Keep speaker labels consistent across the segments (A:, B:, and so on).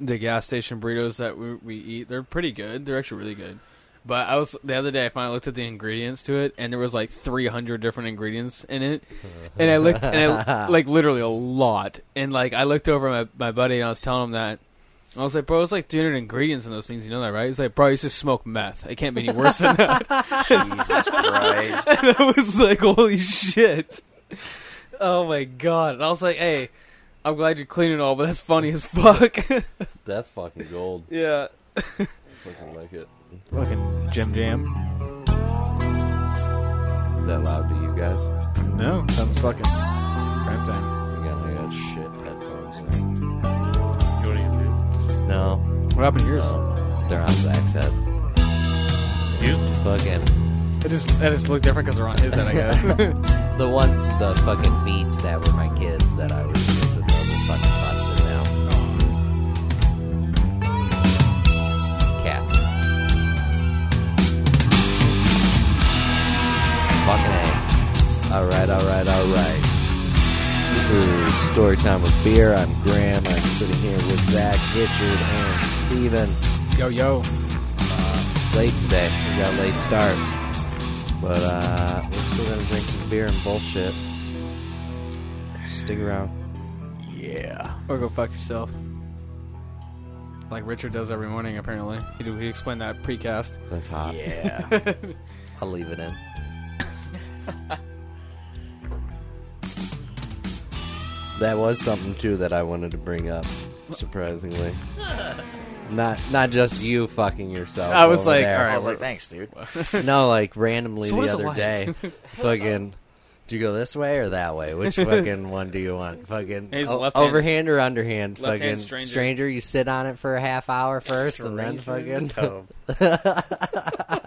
A: the gas station burritos that we, we eat. They're pretty good. They're actually really good. But I was the other day. I finally looked at the ingredients to it, and there was like 300 different ingredients in it. And I looked, and I, like literally a lot. And like I looked over at my my buddy, and I was telling him that. I was like, bro, it's like 300 ingredients in those things. You know that, right? He's like, bro, I used to smoke meth. It can't be any worse than that.
B: Jesus Christ.
A: and I was like, holy shit. Oh my god. And I was like, hey, I'm glad you're clean and all, but that's funny as fuck.
C: That's fucking gold.
A: yeah.
C: Fucking like it.
A: Fucking Jim Jam.
C: Is that loud to you guys?
A: No, sounds fucking prime time.
C: You got, I got shit headphones in.
D: You want to
C: No,
A: What happened to yours?
C: no, they're on Zach's head.
D: get these? Use?
C: It's fucking
A: It just that just looked different because they're on his end, I guess.
C: the one, the fucking beats that were my kids that I was using. Those are fucking busted now. Cats. Fucking a. All right, all right, all right. This is story time with beer. I'm Graham. I'm sitting here with Zach, Richard, and Steven
A: yo yo.
C: late today. We got a late start. But uh, we're still going to drink some beer and bullshit. Stick around.
A: Yeah. Or go fuck yourself. Like Richard does every morning, apparently. He do, he explained that precast.
C: That's hot.
B: Yeah.
C: I'll leave it in. that was something too that I wanted to bring up, surprisingly. Not not just you fucking yourself.
A: I was
C: over
A: like,
C: there.
A: all
B: I
A: right,
B: was like, thanks, dude.
C: No, like randomly
A: So what
C: the
A: is it
C: other
A: like?
C: day. fucking. Do you go this way or that way? Which fucking one do you want? Fucking
A: He's
C: o-
A: left-hand-
C: overhand or underhand?
A: left-hand
C: Fucking
A: stranger.
C: You sit on it for a half hour first, and then fucking.
B: So- I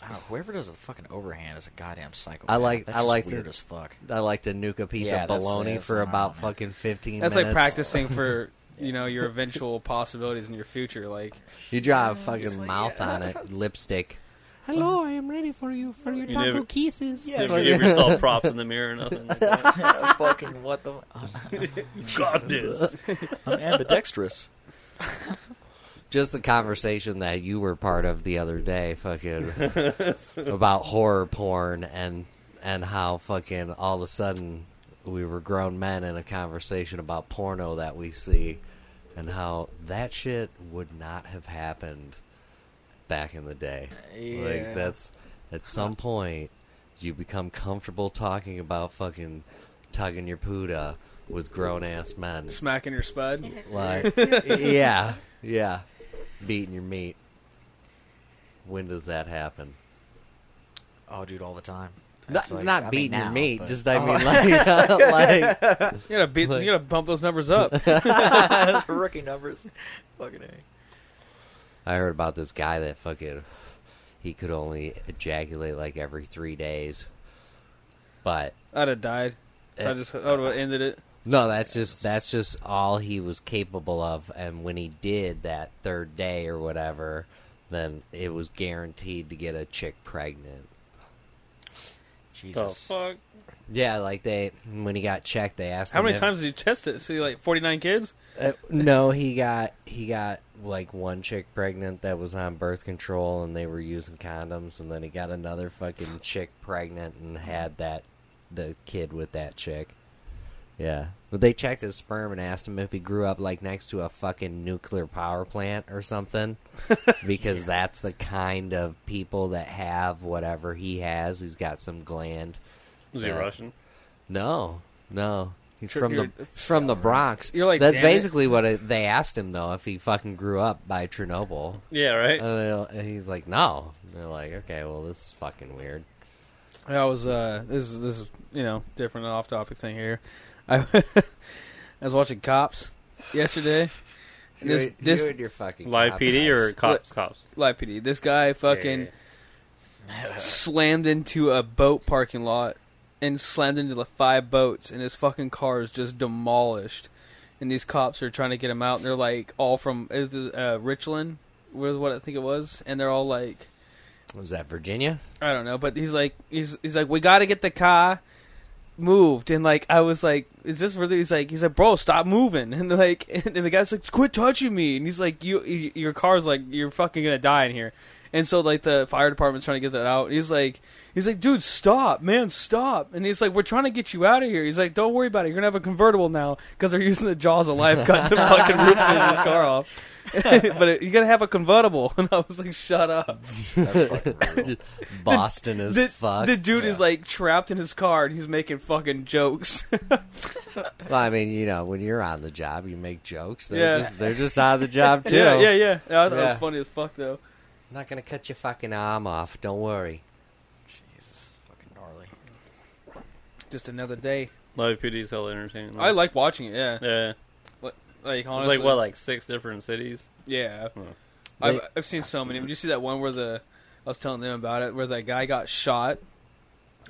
B: don't know, whoever does the fucking overhand is a goddamn psychopath.
C: I like-
B: That's
C: I
B: just
C: like
B: weird
C: to-
B: as fuck.
C: I like to nuke a piece
B: Yeah,
C: of
B: that's- yeah,
C: bologna
B: that's
C: for
B: not
C: about
B: normal.
C: fucking fifteen.
A: That's like
C: minutes.
A: practicing for you know your eventual possibilities in your future. Like
C: You draw a fucking mouth on it, lipstick. Hello, I am ready for you for your
D: You never-
C: kisses.
D: You never give yourself props in the mirror or nothing like that.
B: fucking what the?
D: God, this.
B: I'm ambidextrous.
C: just the conversation that you were part of the other day, fucking about horror porn and and how fucking all of a sudden we were grown men in a conversation about porno that we see and how that shit would not have happened back in the day.
B: Yeah.
C: Like that's at some point you become comfortable talking about fucking tugging your puta with grown ass men.
A: smacking your spud.
C: Like, yeah, yeah, beating your meat. When does that happen?
B: Oh, dude, all the time.
C: Not,
B: It's like- I
C: not
B: mean,
C: beating your
B: now,
C: meat,
B: but- oh.
C: just I mean like, like
A: You gotta beat,
C: Like-
A: you gotta bump those numbers up.
B: That's rookie numbers. Fucking a.
C: I heard about this guy that fucking he could only ejaculate like every three days, but eh,
A: I'd have died. So I just I would have ended it.
C: No, that's just that's just all he was capable of, and when he did that third day or whatever, then it was guaranteed to get a chick pregnant.
D: Oh,
B: Jesus.
A: Fuck.
C: Yeah, like they when he got checked, they asked
A: How
C: him
A: many
C: if-
A: times did you test it? See, like forty nine kids.
C: Uh, no, he got he got like one chick pregnant that was on birth control, and they were using condoms, and then he got another fucking chick pregnant and had that the kid with that chick. Yeah, but they checked his sperm and asked him if he grew up like next to a fucking nuclear power plant or something, because that's the kind of people that have whatever he has. He's got some gland.
D: Was he
C: Yeah.
D: Russian?
C: No, no. He's
A: Sure,
C: from the
A: you're-
C: he's from the Bronx.
A: You're like,
C: that's
A: "Damn it."
C: basically what it, they asked him though if he fucking grew up by Chernobyl.
D: Yeah, right.
C: And, they'll- and he's like, no. And they're like, okay, well, this is fucking weird.
A: I was uh this is this is you know different off topic thing here. I I was watching Cops yesterday. And this this
C: your fucking
D: Live PD or cops? Cops.
A: live PD. This guy fucking slammed into a boat parking lot and slammed into the five boats and his fucking car is just demolished and these cops are trying to get him out and they're like all from is it, uh, richland was what i think it was and they're all like
C: was that Virginia?
A: i don't know but he's like he's he's like we gotta get the car moved and like I was like, "Is this really?" He's like, "He's like, bro, stop moving." And like, and the guy's like, "Quit touching me!" And he's like, "You, y- your car's like, you're fucking gonna die in here." And so like the fire department's trying to get that out. He's like, he's like, "Dude, stop, man, stop!" And he's like, "We're trying to get you out of here." He's like, "Don't worry about it. You're gonna have a convertible now because they're using the jaws of life cutting the fucking roof of his car off." but it, you're gonna have a convertible, and I was like, "Shut up."
B: That's fucking brutal.
C: Boston as
A: the,
C: fuck.
A: the dude
B: Yeah.
A: is like trapped in his car and he's making fucking jokes.
C: Well, I mean, you know, when you're on the job, you make jokes. They're
A: Yeah.
C: just they're just on the job too.
A: yeah, yeah, yeah. Yeah, I thought it
C: Yeah.
A: was funny as fuck though.
C: I'm not gonna cut your fucking arm off. Don't worry.
B: Jesus, fucking gnarly.
A: Just another day.
D: Live PD is hella entertaining.
A: I like watching it. Yeah,
D: Yeah,
A: like
D: it's
A: honestly,
D: like what, like six different cities.
A: yeah.
D: Hmm.
A: I've,
C: They-
A: I've seen so many. Did you see that one where the I was telling them about it, where that guy got shot,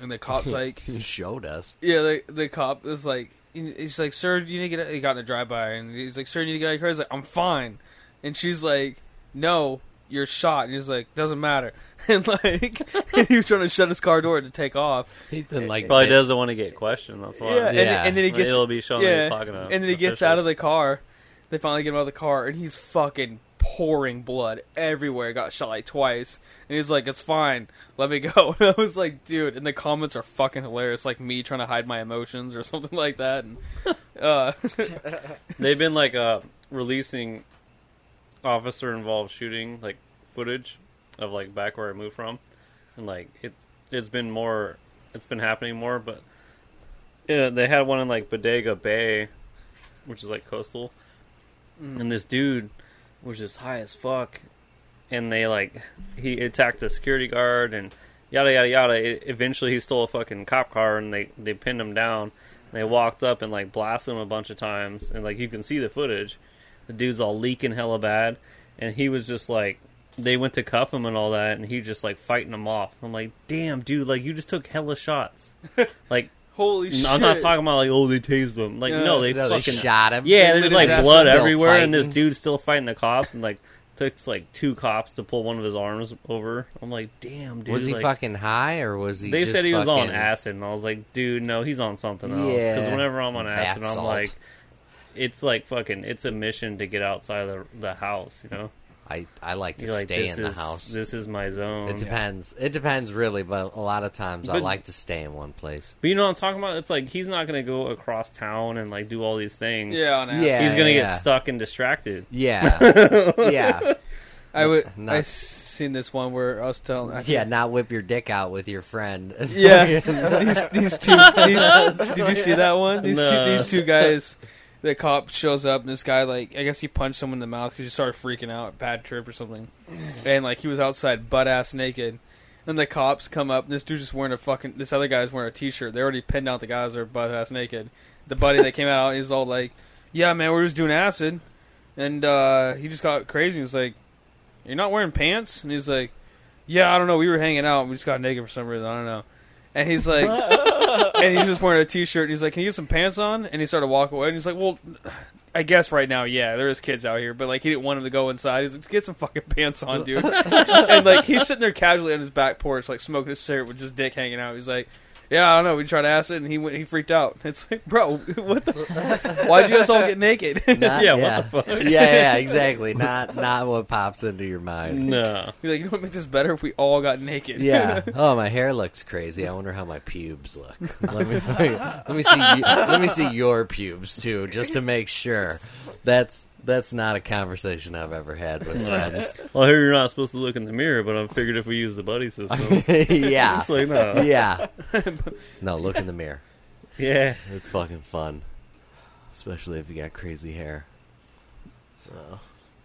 A: and the cops like
C: you showed us.
A: Yeah, the the cop is like, he's like, sir, you need to get. Out. He got in a drive by, and he's like, sir, you need to get out of your car. He's like, I'm fine, and she's like, no, you're shot, and he's like, doesn't matter, and like, and he was trying to shut his car door to take off.
C: Ethan like
D: Probably
C: bit-
D: doesn't want to get questioned. That's why.
A: Yeah, and,
C: Yeah.
A: and then he gets,
D: it'll be shown that he's
A: yeah,
D: talking to.
A: and then he gets out of the car. They finally get him out of the car, and he's fucking pouring blood everywhere. Got shot like twice, and he's like, "It's fine, let me go." And I was like, "Dude!" And the comments are fucking hilarious, like me trying to hide my emotions or something like that. And uh,
D: They've been like uh, releasing officer-involved shooting like footage of like back where I moved from, and like it it's been more it's been happening more, but yeah, they had one in like Bodega Bay, which is like coastal, and this dude was just high as fuck, and they like he attacked the security guard and yada yada yada. It, eventually, he stole a fucking cop car and they they pinned him down. They walked up and like blasted him a bunch of times, and like you can see the footage. The dude's all leaking hella bad, and he was just like, they went to cuff him and all that, and he just like fighting them off. I'm like, damn, dude, like you just took hella shots. like
A: holy shit!
D: I'm not talking about like oh they tased him. Like
A: Yeah.
D: no, they
C: No, they
D: fucking
C: shot him.
D: yeah,
A: They
D: there's
A: lit
D: like
A: his ass.
D: blood
C: Still
D: everywhere, and this
C: fighting.
D: dude's still fighting the cops, and like took like two cops to pull one of his arms over. I'm like, damn, dude.
C: was he
D: like,
C: fucking high or was he?
D: They
C: just
D: said he was on
C: fucking-
D: acid, and I was like, dude, no, he's on something else. Because
C: Yeah.
D: whenever I'm on
C: Bath
D: acid, I'm
C: salt.
D: like, it's like fucking, it's a mission to get outside of the, the house, you know?
C: I I like to
D: You're like,
C: stay
D: this
C: in the
D: is,
C: house.
D: This is my zone.
C: it depends. It depends really, but a lot of times I
D: But-
C: like to stay in one place.
D: But you know what I'm talking about? It's like, he's not going to go across town and like do all these things.
A: yeah, on acid.
C: Yeah.
D: He's going to
C: yeah.
D: get stuck and distracted.
C: Yeah, yeah,
A: I would.
C: Not-
A: I seen this one where I was telling. I
C: yeah. Not whip your dick out with your friend.
A: Yeah, these, these two. These, did you see that one? These
D: No.
A: two. These two guys. The cop shows up, and this guy, like, I guess he punched someone in the mouth because he started freaking out, bad trip or something, and like he was outside butt ass naked. And the cops come up, and this dude's just wearing a fucking. This other guy's wearing a t-shirt. They already pinned out the guys that are butt ass naked. The buddy that came out, he's all like, "Yeah, man, we're just doing acid," and uh, he just got crazy. He's like, "You're not wearing pants?" And he's like, "Yeah, I don't know. We were hanging out, and we just got naked for some reason. I don't know." And he's like, and he's just wearing a t-shirt. And he's like, "Can you get some pants on?" And he started to walk away. And he's like, "Well, I guess right now, yeah, there is kids out here, but like he didn't want him to go inside. He's like, "Get some fucking pants on, dude." and like he's sitting there casually on his back porch, like smoking a cigarette with just dick hanging out. He's like, "Yeah, I don't know. We tried acid, and he went. He freaked out. It's like, bro, what the? Why'd you guys all get naked?"
C: Not-
D: Yeah,
C: yeah,
D: what
C: yeah. yeah, exactly. Not not what pops into your mind.
D: No.
A: He's like, "You know what make this better if we all got naked?"
C: Yeah. Oh, my hair looks crazy. I wonder how my pubes look. Let me let me see you, let me see your pubes too, just to make sure. That's that's not a conversation I've ever had with friends.
D: Well, here you're not supposed to look in the mirror, but I figured if we use the buddy system,
C: yeah.
D: it's like, uh, no.
C: Yeah. No, look in the mirror.
D: Yeah.
C: It's fucking fun, especially if you got crazy hair. So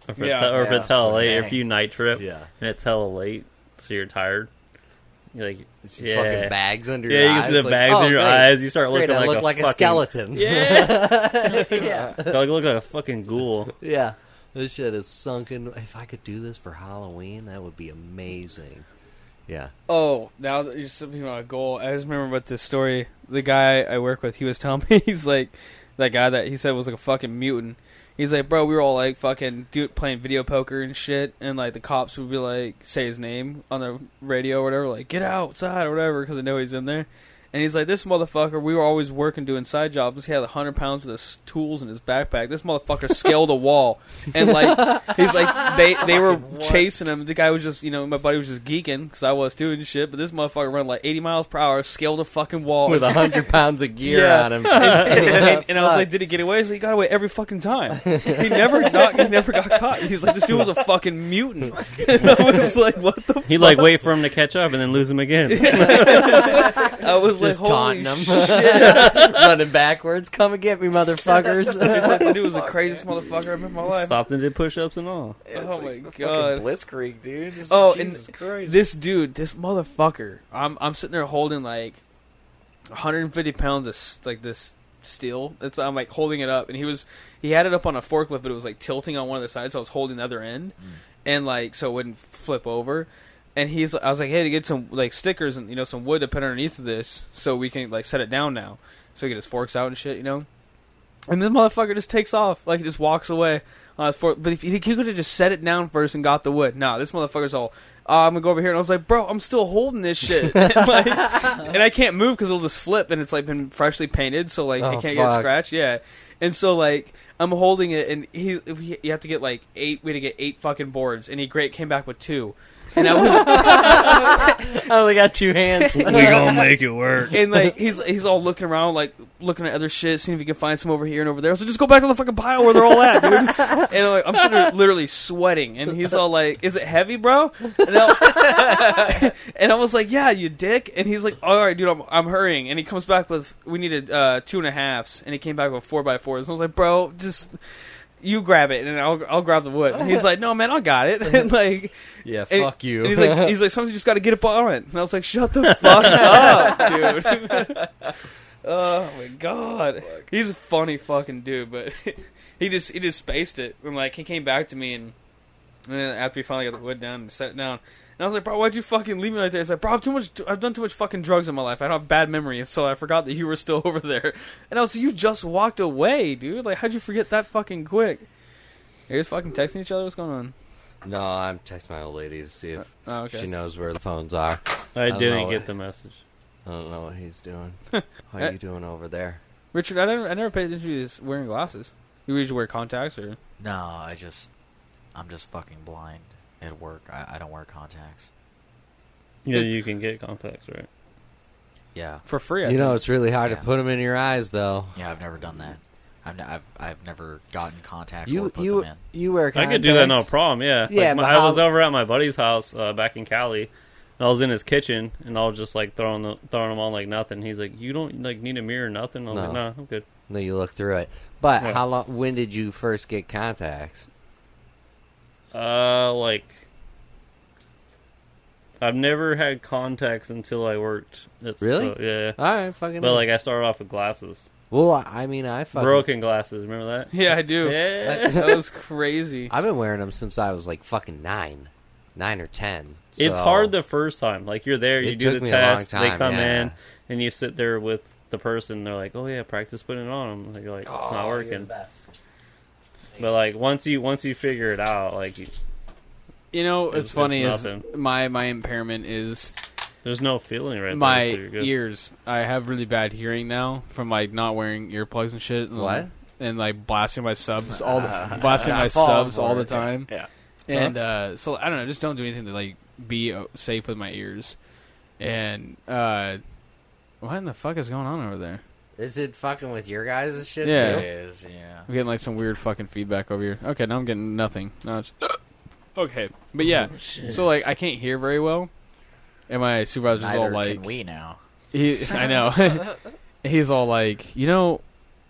D: Or if it's,
A: Yeah.
D: or if
B: Yeah,
D: it's hella
B: so
D: late,
B: dang.
D: if you night trip
C: yeah,
D: and it's hella late, so you're tired. You're like,
C: it's
D: Yeah.
C: your fucking bags under
D: yeah,
C: your
D: you
C: eyes.
D: can see the
C: like,
D: bags
C: oh,
D: in your
C: great.
D: eyes. You start looking
C: Great, I
D: like,
C: look
D: a
C: like a
D: fucking,
C: skeleton.
A: Yeah.
D: Doug look like a fucking ghoul.
C: Yeah. This shit is sunken. If I could do this for Halloween, that would be amazing. Yeah.
A: Oh, now that you're something about a goal, I just remember about this story. The guy I work with, he was telling me, he's like, that guy that he said was like a fucking mutant. He's like, bro, we were all like fucking dude playing video poker and shit, and like the cops would be like, say his name on the radio or whatever, like get outside or whatever, because I know he's in there. And he's like, this motherfucker, we were always working doing side jobs. He had 100 pounds of his tools in his backpack. This motherfucker scaled a wall. And, like, he's like, they they were chasing him. The guy was just, you know, my buddy was just geeking because I was too and shit. But this motherfucker ran like 80 miles per hour, scaled a fucking wall.
C: with a hundred pounds of gear
A: Oh. Yeah.
C: on him.
A: and, and- and I was like, did he get away? He's like, he got away every fucking time. He never got, he never got caught. He's like, this dude was a fucking mutant. And I was like, what the
D: He'd like wait for him to catch up and then lose him again.
A: I was
C: Just
A: like, holy
C: taunting them,
A: shit.
C: running backwards. Come and get me, motherfuckers!
A: He's like, the dude was the craziest motherfucker I met in my life.
D: Stopped and did push-ups and all.
B: Yeah, it's
A: Oh
B: like
A: my
B: the fucking
A: God.
B: Blitzkrieg, dude. This is
A: Oh, and
B: Jesus Christ.
A: This dude, this motherfucker. I'm I'm sitting there holding like 150 pounds of s- like this steel. It's I'm like holding it up, and he was he had it up on a forklift, but it was like tilting on one of the sides, so I was holding the other end, and like so it wouldn't flip over. And he's I was like, hey, to get some like stickers and you know some wood to put underneath of this, so we can like set it down now. So he get his forks out and shit, you know. And this motherfucker just takes off, like he just walks away on his fork. But if he, he could have just set it down first and got the wood. Nah, this motherfucker's all, uh, I'm gonna go over here, and I was like, bro, I'm still holding this shit, and, like, and I can't move because it'll just flip, and it's like been freshly painted, so like
C: Oh,
A: I can't get
C: fuck.
A: a scratch. Yeah, and so like I'm holding it, and he, he you have to get like eight. We had to get eight fucking boards, and he great came back with two, and I was.
C: I only got two hands.
D: We gonna make it work.
A: and like he's he's all looking around, like looking at other shit, seeing if he can find some over here and over there. So just go back to the fucking pile where they're all at, dude. and like I'm sitting there literally sweating, and he's all like, "Is it heavy, bro?" And I, and I was like, "Yeah, you dick." And he's like, "All right, dude, I'm I'm hurrying." And he comes back with, "We needed uh, two and a halves," and he came back with four by fours. And I was like, "Bro, just." You grab it and I'll I'll grab the wood. And he's like, "No, man, I got it." And like,
C: yeah,
A: and-
C: fuck you.
A: and he's like, he's like, sometimes you just got to get up on it. And I was like, shut the fuck up, dude. oh my god, he's a funny fucking dude. But he just he just spaced it, and like he came back to me, and, and then after he finally got the wood down and set it down. And I was like, bro, why'd you fucking leave me like that? He's like, bro, I've too much. I've done too much fucking drugs in my life. I don't have bad memory, and so I forgot that you were still over there. And I was like, you just walked away, dude. Like, how'd you forget that fucking quick? You're just fucking texting each other. What's going on?
C: no, I'm texting my old lady to see if
A: Oh, okay.
C: she knows where the phones are. don't
D: I
C: know.
D: didn't get the message.
C: I don't know what he's doing. How you doing over there?
A: Richard, I never, I never paid attention to this wearing glasses. You usually wear contacts, or
B: No, I just, I'm just fucking blind at work. I, I don't wear contacts.
D: Yeah, you can get contacts, right?
B: Yeah,
A: for free. I
C: You know,
A: think.
C: it's really hard
B: Yeah.
C: to put them in your eyes, though.
B: yeah, I've never done that. I've, n- I've, I've never gotten contacts
C: You
B: or put
C: you
B: them in.
C: you wear.
D: I could do that no
C: contacts?
D: problem. Yeah,
C: Yeah,
D: Like, my-
C: but
D: I was
C: how-
D: over at my buddy's house uh, back in Cali, and I was in his kitchen, and I was just like throwing the, throwing them on like nothing. He's like, "You don't like need a mirror, or nothing." I was
C: No.
D: like, "Nah, I'm good."
C: No, you look through it. But
D: Yeah.
C: how long? When did you first get contacts?
D: Uh, like, I've never had contacts until I worked. That's
C: Really?
D: so- yeah.
C: All right, fucking.
D: But like, I started off with glasses,
C: well, I I mean, I fucking.
D: broken glasses. Remember that?
A: yeah, I do.
D: Yeah.
A: that was crazy.
C: I've been wearing them since I was like fucking nine, nine or ten.
D: It's
C: so-
D: hard the first time. Like you're there,
C: It
D: you do
C: took
D: the
C: me a long
D: test,
C: time,
D: they come
C: yeah.
D: in, and you sit there with the person. They're like, "Oh yeah, practice putting it on." Like, you're like, "It's
B: Oh,
D: not working." But like once you once you figure it out, like you,
A: You know,
D: It's-
A: it's, funny
D: it's
A: is
D: nothing.
A: my my impairment is
D: there's no feeling right.
A: my
D: there, so you're good.
A: ears. I have really bad hearing now from like not wearing earplugs and shit. And,
C: What?
A: And like blasting my subs all the, blasting
C: I
A: my
C: fall
A: subs
C: for
A: all the
C: it.
A: time.
D: Yeah.
A: And uh, so I don't know. Just don't do anything to like be uh, safe with my ears. And uh, what in the fuck is going on over there?
C: Is it fucking with your guys' shit
A: Yeah.
B: It
C: too?
B: is, yeah.
A: I'm getting like some weird fucking feedback over here. Okay, now I'm getting nothing. Now it's okay, but yeah. so like I can't hear very well, and my supervisor's all
B: Neither
A: like,
B: can we now.
A: he, I know. He's all like, you know,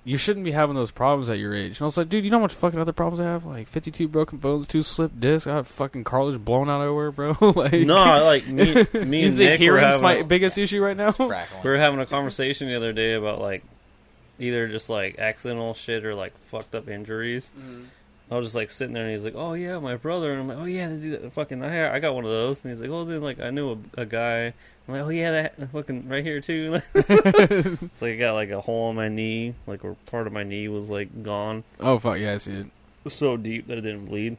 A: you shouldn't be having those problems at your age. And I was like, dude, you know how much fucking other problems I have? Like 52 broken bones, two slipped discs, I have fucking cartilage blown out everywhere, bro. like,
D: no, I, like me, me
A: you
D: and
A: think
D: Nick were
A: hearing's
D: having,
A: my
D: a-
A: biggest issue right now?
D: we
B: Crackling.
D: were having a conversation the other day about like either just like accidental shit or like fucked up injuries. I was just like sitting there, and he's like, "Oh yeah, my brother," and I'm like, "Oh yeah, dude, fucking, I I got one of those." And he's like, "Oh, then like I knew a, a guy." I'm like, "Oh yeah, that fucking right here too." it's like I got like a hole in my knee, like where part of my knee was like gone.
A: Oh, fuck, yeah, I see it.
D: so deep that it didn't bleed.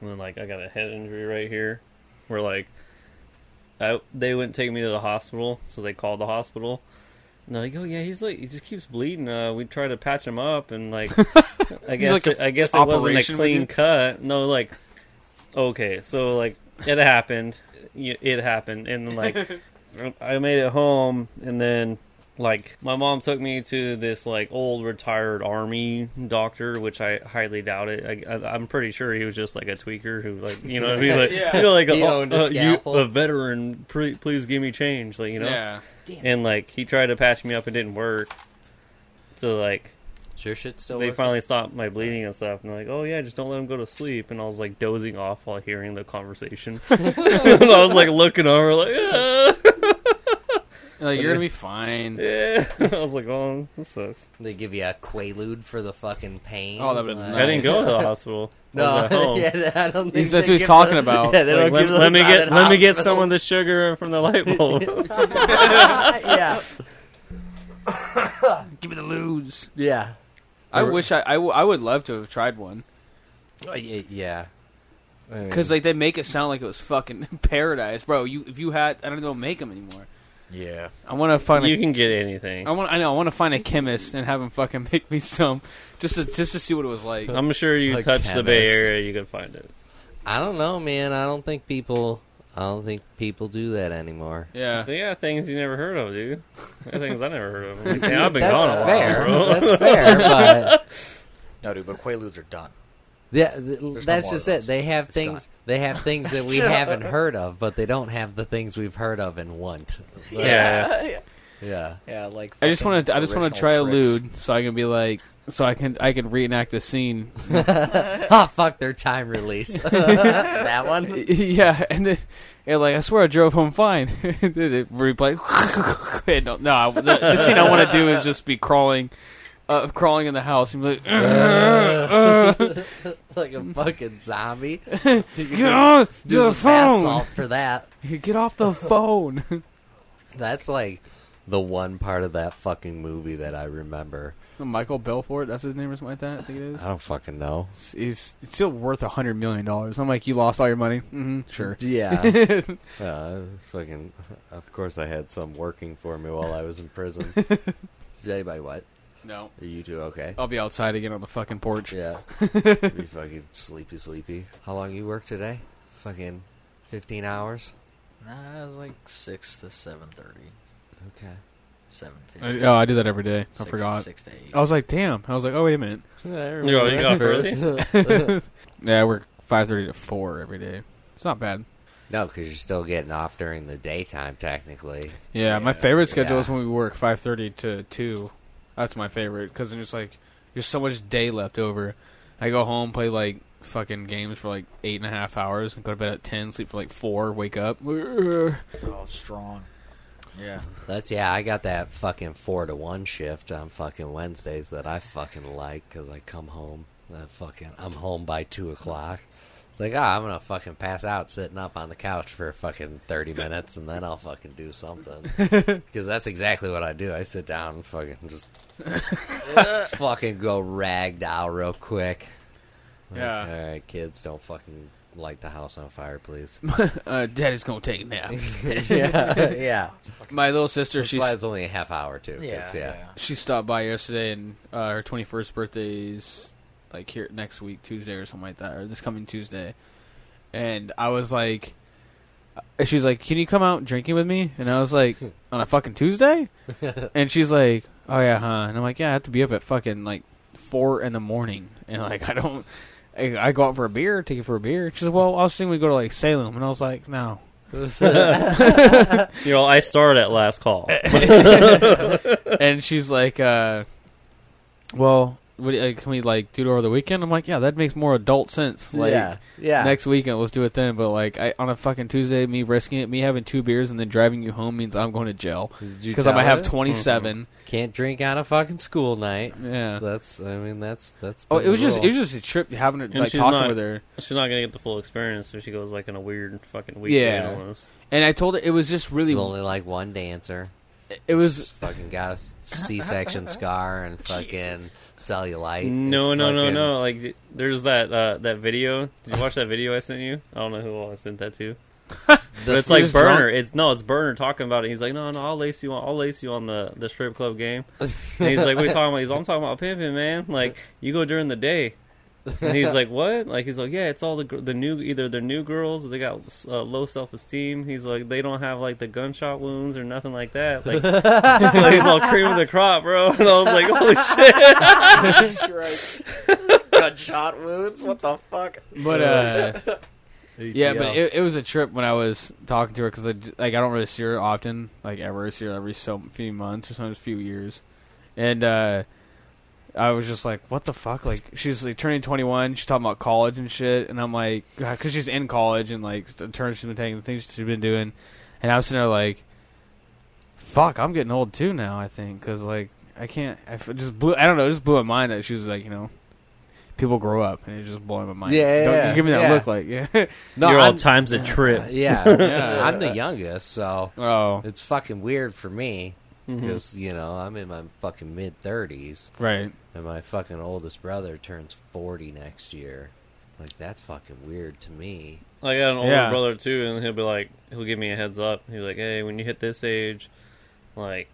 D: And then like I got a head injury right here, where like I, they wouldn't take me to the hospital, so they called the hospital. And they're like, "Oh yeah, he's like he just keeps bleeding. Uh, we tried to patch him up, and like, I guess
A: Like a
D: I guess it wasn't a
A: operation with
D: clean
A: you?
D: cut. No, like, okay, so like it happened, Y- it happened, and then like I made it home, and then like my mom took me to this like old retired army doctor, which I highly doubt it. I, I, I'm pretty sure he was just like a tweaker who like you know what I mean like
A: Yeah.
D: you know like
C: He
D: a,
C: owned a
D: uh, you-
C: scalpel.
D: a veteran. Pre- please give me change, like you know.
A: Yeah.
D: And like he tried to patch me up, it didn't work. So like
C: Is your shit still
D: they
C: working?
D: finally stopped my bleeding and stuff, and they're like, "Oh yeah, just don't let him go to sleep." And I was like dozing off while hearing the conversation. And I was like looking over, like, "Ah."
A: Like you're gonna be fine.
D: yeah. I was like, "Oh, that sucks."
C: They give you a Quaalude for the fucking pain.
A: Oh, that would've been
C: Like-
D: I didn't go to the hospital. I
C: No,
D: was at home.
C: yeah, I don't think
A: He's- that's
C: they
A: what he's
C: give
A: talking
C: those-
A: about.
C: Yeah, they
D: Like,
C: don't
D: let
C: give
D: let
C: those
D: me
C: out
D: get
C: at
D: let me get some
C: hospitals.
D: of the sugar from the light bulb.
C: yeah,
A: Give me the lose.
C: yeah,
A: I wish I I, w- I would love to have tried one
C: Oh, y- yeah.
A: because like they make it sound like it was fucking paradise, bro. You if you had I don't know make them anymore.
C: yeah,
A: I want to find
D: you
A: a,
D: can get anything.
A: I want I know I want to find a chemist and have him fucking make me some just to just to see what it was like.
D: I'm sure you
C: A
D: touch the Bay
C: chemist.
D: Area, you can find it.
C: I don't know, man. I don't think people. I don't think people do that anymore.
A: Yeah.
D: They got things you never heard of, dude. There are things I never heard of. I'm like, "Damn, I've been
C: That's
D: gone a
C: fair.
D: while, bro.
C: That's fair, but
B: No, dude, but Quaaludes are done.
C: yeah, th- that's
B: more
C: just
B: of
C: it. They have
B: It's
C: things.
B: done.
C: They have things that we haven't heard of, but they don't have the things we've heard of and want.
D: yeah.
C: Yeah,
B: Yeah, like
A: I just
B: fucking
A: want to. I just want
B: original
A: to try a
B: tricks.
A: lewd, so I can be like, so I can I can reenact a scene.
C: oh fuck, their time release. that one.
A: yeah, and then and like I swear I drove home fine. Then it Replay. And no, no, I- the, the scene I want to do is just be crawling, uh, crawling in the house and be like, "Uh,
C: like a fucking zombie.
A: get off
C: Do
A: the phone,
C: salt for that.
A: get off the phone.
C: That's like the one part of that fucking movie that I remember.
A: Michael Belfort, that's his name or something like that. I think it is.
C: I don't fucking know.
A: He's it's still worth a hundred million dollars. I'm like, you lost all your money. Mm-hmm, sure.
C: Yeah. uh, fucking. Of course, I had some working for me while I was in prison. Is anybody what?
A: No,
C: Are you two okay?
A: I'll be outside again on the fucking porch.
C: Yeah. you fucking sleepy, sleepy. How long you work today? Fucking fifteen hours.
B: Nah, it was like six to seven thirty,
C: Okay.
B: seven fifty.
A: I, oh, I do that every day. I
B: Six-
A: forgot.
B: Six to eight.
A: I was like, damn. I was like, oh wait a minute.
D: Yo, you got first.
A: Yeah, I work five thirty to four every day. It's not bad.
C: no, because you're still getting off during the daytime, technically.
A: Yeah, my
B: Yeah,
A: favorite schedule
C: yeah.
A: is when we work five thirty to two. That's my favorite because then it's like there's so much day left over. I go home, play like fucking games for like eight and a half hours, and go to bed at ten, sleep for like four, wake up. Uh,
B: Oh, strong. Yeah.
C: That's yeah. I got that fucking four to one shift on fucking Wednesdays that I fucking like because I come home. I fucking I'm home by two o'clock. It's like ah, I'm gonna fucking pass out sitting up on the couch for fucking thirty minutes and then I'll fucking do something because that's exactly what I do. I sit down and fucking just fucking go ragged out real quick. Like,
A: Yeah.
C: All right, kids, don't fucking light the house on fire, please.
A: Uh, Daddy's gonna take a nap.
C: yeah, yeah.
A: my little sister,
C: That's why
A: she's
C: it's only a half hour too. 'cause,
B: Yeah.
C: yeah.
A: she stopped by yesterday, and uh, her twenty first birthday's like here next week, Tuesday or something like that, or this coming Tuesday. And I was like, uh, she's like, "Can you come out drinking with me?" And I was like, "On a fucking Tuesday?" and she's like, "Oh yeah, huh?" And I'm like, "Yeah, I have to be up at fucking like four in the morning, and like I don't." I I go out for a beer, take it for a beer. She's like, "Well, I was thinking we go to like Salem," and I was like, "No."
D: You know, I start at last call.
A: and she's like, uh, "Well, what, do you- uh, can we like do it over the weekend?" I'm like, "Yeah, that makes more adult sense." Like
C: yeah, yeah.
A: next weekend, let's do it then. But like I, on a fucking Tuesday, me risking it, me having two beers and then driving you home means I'm going to jail because I might have 27.
C: can't drink on a fucking school night.
A: Yeah.
C: That's I mean that's that's.
A: Oh,
C: been
A: it was
C: the
A: just it
C: rule.
A: was just a trip having it
D: And
A: like
D: she's
A: talking
D: not-
A: with her.
D: She's not gonna get the full experience if she goes like in a weird fucking weekday
A: Yeah.
D: illness.
A: And I told her it was just really
C: There's only like one dancer.
A: it was
C: Just fucking got a s- C-section scar and fucking cellulite.
D: No,
C: It's
D: no, no,
C: fucking-
D: no. Like, th- there's that uh, that video. Did you watch that video I sent you? I don't know who all I sent that to.
C: The
D: But it's
C: food
D: like
C: is drunk.
D: burner. It's no, it's burner talking about it. He's like, no, no, I'll lace you on. I'll lace you on the the strip club game. And he's like, what are you talking about? He's, I'm talking about pimping, man. Like you go during the day. And he's like, what? Like he's like, yeah, it's all the gr- the new either they're new girls, or they got uh, low self esteem. He's like, they don't have like the gunshot wounds or nothing like that. Like so he's all cream of the crop, bro. And I was like, holy shit.
B: Gunshot wounds? What the fuck?
A: But uh, yeah, but it, it was a trip when I was talking to her because like I don't really see her often, like ever. I see her every so few months or sometimes few years, and uh, I was just like, what the fuck? Like she's like turning twenty one. She's talking about college and shit, and I'm like, because she's in college and like the turns she's been taking, the things she's been doing, and I was sitting there like, fuck, I'm getting old too now. I think because like I can't. I f- just blew. I don't know. It just blew my mind that she was like, you know. People grow up, and it just blowing my mind.
C: Yeah, yeah,
A: Don't-
C: yeah,
A: you give me that
C: yeah.
A: look, like yeah.
C: no,
D: You're all
C: I'm-
D: times a trip.
C: yeah,
A: Yeah.
C: I'm the youngest, so
A: Oh,
C: it's fucking weird for me
D: Mhm.
C: because you know I'm in my fucking mid thirties,
A: right.
C: and my fucking oldest brother turns forty next year. Like that's fucking weird to me.
D: I got an older
A: Yeah.
D: brother too, and he'll be like, he'll give me a heads up. He's like, hey, when you hit this age, like,